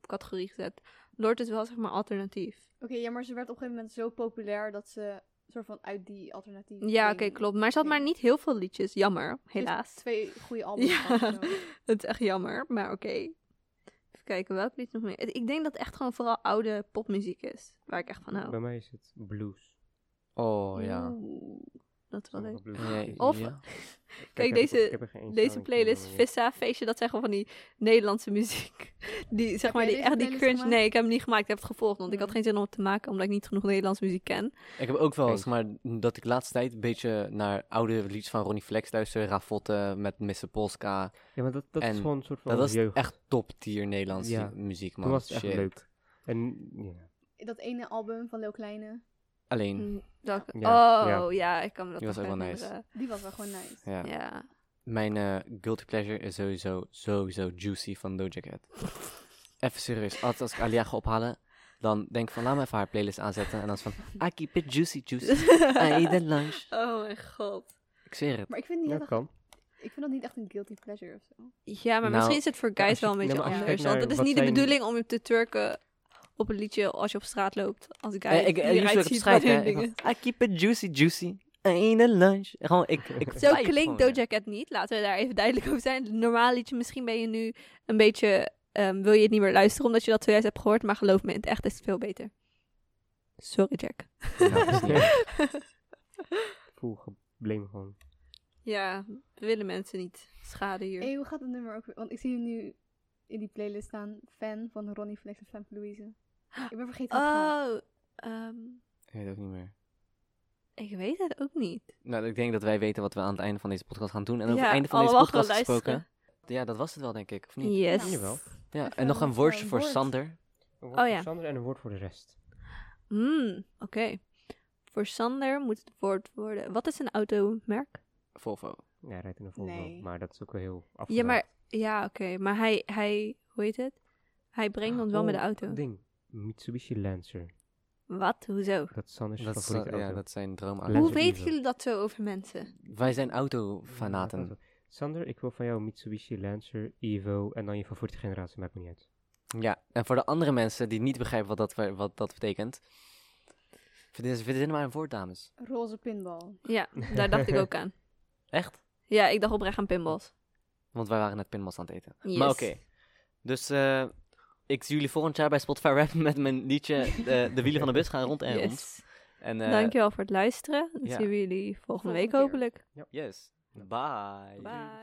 Speaker 3: popcategorie gezet. Lord is wel zeg maar alternatief.
Speaker 1: Oké, ja, maar ze werd op een gegeven moment zo populair dat ze soort van uit die alternatieve.
Speaker 3: Ja, oké,
Speaker 1: ding-
Speaker 3: klopt. Maar ze had maar
Speaker 1: ding-
Speaker 3: niet heel veel liedjes, jammer,
Speaker 1: Ze heeft
Speaker 3: helaas.
Speaker 1: Twee
Speaker 3: [laughs]
Speaker 1: goede albums.
Speaker 3: Ja.
Speaker 1: gehad of zo.
Speaker 3: Dat is echt jammer, maar oké. Even kijken, welk lied nog meer? Het- Ik denk dat echt gewoon vooral oude popmuziek is, waar ik echt van
Speaker 2: nou.
Speaker 3: hou.
Speaker 4: Bij mij is het blues.
Speaker 2: Oh
Speaker 3: Mm.
Speaker 2: ja.
Speaker 3: Oeh, dat is wel leuk.
Speaker 4: Sommige blues.
Speaker 2: Nee,
Speaker 3: Of-
Speaker 2: ja.
Speaker 3: Kijk,
Speaker 4: ik heb-
Speaker 3: deze-
Speaker 4: ik heb er geen één
Speaker 3: Deze
Speaker 4: staan, ik
Speaker 3: playlist,
Speaker 2: eh,
Speaker 4: weet niet
Speaker 3: Vissa, Feestje, dat zijn gewoon van die Nederlandse muziek. [laughs] Die, zeg
Speaker 1: Heb
Speaker 3: maar,
Speaker 1: jij
Speaker 3: die,
Speaker 1: deze
Speaker 3: echt die
Speaker 1: playlist
Speaker 3: cringe.
Speaker 1: gemaakt?
Speaker 3: Nee, ik heb hem niet gemaakt. Ik heb het gevolgd, want ik had
Speaker 1: Mm.
Speaker 3: geen zin om het te maken, omdat ik niet genoeg Nederlandse muziek ken.
Speaker 2: Ik heb ook wel,
Speaker 4: Eens.
Speaker 2: zeg maar, dat ik laatste tijd een beetje naar oude liedjes van Ronnie Flex luister. Ravotte met Mr. Polska.
Speaker 4: meer. Ja, maar dat, dat
Speaker 2: En
Speaker 4: is gewoon een soort van
Speaker 2: Dat was
Speaker 4: jeugd.
Speaker 2: echt top tier Nederlandse
Speaker 4: Ja.
Speaker 2: muziek, man.
Speaker 4: Toen was het echt
Speaker 2: Shit.
Speaker 4: leuk. En ja,
Speaker 1: Dat ene album van Leo Kleine,
Speaker 3: Mm.
Speaker 2: Alleen,
Speaker 1: Mm,
Speaker 3: Welke-
Speaker 4: Ja, ja.
Speaker 3: oh, ja. ik kan me dat
Speaker 2: Die was
Speaker 3: nog
Speaker 2: ook wel
Speaker 3: herinneren.
Speaker 1: die was wel
Speaker 3: [laughs]
Speaker 1: gewoon nice.
Speaker 2: ja. [laughs]
Speaker 3: Ja.
Speaker 2: Mijn eh, guilty pleasure is sowieso, sowieso Juicy van Doja
Speaker 3: [laughs]
Speaker 2: Cat. Even serieus, altijd als ik Alia ga ophalen, dan denk ik van, laat me even haar playlist aanzetten. En dan is van, I keep it juicy,
Speaker 3: [laughs]
Speaker 2: juicy. I eat the lunch.
Speaker 3: oh mijn god.
Speaker 2: Ik zweer het.
Speaker 1: Maar ik vind, niet
Speaker 4: dat
Speaker 1: echt-
Speaker 4: kan.
Speaker 1: ik vind dat niet echt een guilty pleasure of zo.
Speaker 3: Ja, maar
Speaker 2: Nou,
Speaker 3: misschien is het voor guys
Speaker 4: als je-
Speaker 3: wel een
Speaker 4: nee,
Speaker 3: beetje
Speaker 4: maar als je
Speaker 3: anders.
Speaker 4: kijkt naar
Speaker 3: Want het is
Speaker 4: wat
Speaker 3: niet de
Speaker 4: zijn-
Speaker 3: bedoeling om je te turken op een liedje als je op straat loopt. Als guy
Speaker 2: Eh, ik
Speaker 3: die
Speaker 2: eh,
Speaker 3: eruit
Speaker 2: usually op
Speaker 3: ziet
Speaker 2: strijd,
Speaker 3: wanneer
Speaker 2: hè. Ik
Speaker 3: dingen-
Speaker 2: van, I keep it juicy, juicy. I eat the lunch. Gewoon, ik, ik
Speaker 3: Zo
Speaker 2: vibe
Speaker 3: klinkt
Speaker 2: gewoon,
Speaker 3: Doja Cat niet. Laten we daar even duidelijk over zijn. Het Normaal liedje, misschien ben je nu een beetje... ehm, wil je het niet meer luisteren omdat je dat zojuist hebt gehoord. Maar geloof me, in het echt is het veel beter. Sorry, Jack.
Speaker 2: Nou, dat is niet erg.
Speaker 4: Voel gebleem gewoon.
Speaker 3: [laughs] Ja, we willen mensen niet schaden hier.
Speaker 1: Hé, hoe gaat het nummer ook weer? Want ik zie hem nu in die playlist staan. Fan van Ronnie Flex en fan van Louise. Ik ben vergeten hoe het gaat.
Speaker 3: Oh, ehm,
Speaker 2: Ik weet het ook niet meer.
Speaker 3: ik weet het ook niet.
Speaker 2: Nou, ik denk dat wij weten wat we aan het einde van deze podcast gaan doen. En over
Speaker 3: Ja,
Speaker 2: het einde van deze
Speaker 3: allemaal gaan
Speaker 2: podcast gesproken.
Speaker 3: luisteren.
Speaker 2: Ja, dat was het wel, denk ik. Of niet?
Speaker 3: Yes.
Speaker 1: Nou.
Speaker 4: Jawel.
Speaker 2: Ja,
Speaker 1: Even
Speaker 2: en nog een
Speaker 1: een
Speaker 2: woordje
Speaker 1: woord.
Speaker 2: voor Sander.
Speaker 4: Een woord
Speaker 3: Oh,
Speaker 4: voor
Speaker 3: ja.
Speaker 4: Sander en een woord voor de rest.
Speaker 3: Mm, Oké. Voor Sander moet het woord worden... Wat is een automerk?
Speaker 2: Volvo.
Speaker 4: Ja, hij rijdt in een Volvo,
Speaker 1: Nee.
Speaker 4: maar dat is ook wel heel afgeleid.
Speaker 3: Ja, maar... Ja, oké. Maar hij, hij... Hoe heet het? Hij brengt
Speaker 2: Ah,
Speaker 3: ons wel met de
Speaker 4: Oh,
Speaker 3: auto.
Speaker 4: ding. Mitsubishi Lancer.
Speaker 3: Wat? Hoezo?
Speaker 4: Dat is Sanders
Speaker 2: Dat is,
Speaker 4: favoriete
Speaker 2: eh,
Speaker 4: auto.
Speaker 2: ja, dat is zijn droomauto.
Speaker 4: Lenzen
Speaker 3: Hoe
Speaker 4: Hoe weten
Speaker 3: weten
Speaker 4: diesel.
Speaker 3: jullie
Speaker 4: jullie
Speaker 3: dat zo over mensen?
Speaker 2: Wij zijn autofanaten.
Speaker 4: Sander, ik wil van jou Mitsubishi Lancer, Evo en dan je favoriete generatie, maakt me niet uit.
Speaker 2: Ja, en voor de andere mensen die niet begrijpen wat dat, we- wat dat betekent. Verzinnen verzin maar een woord, dames.
Speaker 1: Roze pinball.
Speaker 3: Ja, daar dacht ik ook aan.
Speaker 2: Echt?
Speaker 3: [laughs] Ja, ik dacht oprecht aan pinballs.
Speaker 2: Want wij waren net pinmas aan het eten.
Speaker 3: Yes.
Speaker 2: Maar oké. Dus eh, ik zie jullie volgend jaar bij Spotify [laughs] Rap met mijn liedje eh, de, wielen van de bus gaan
Speaker 3: eh,
Speaker 2: rond en rond.
Speaker 3: Yes.
Speaker 2: En, eh,
Speaker 3: Dankjewel voor het luisteren. Dan
Speaker 2: ja.
Speaker 3: zien we jullie volgende
Speaker 1: Volgende
Speaker 3: week
Speaker 1: keer.
Speaker 3: hopelijk.
Speaker 2: Yes. Bye.
Speaker 3: Bye.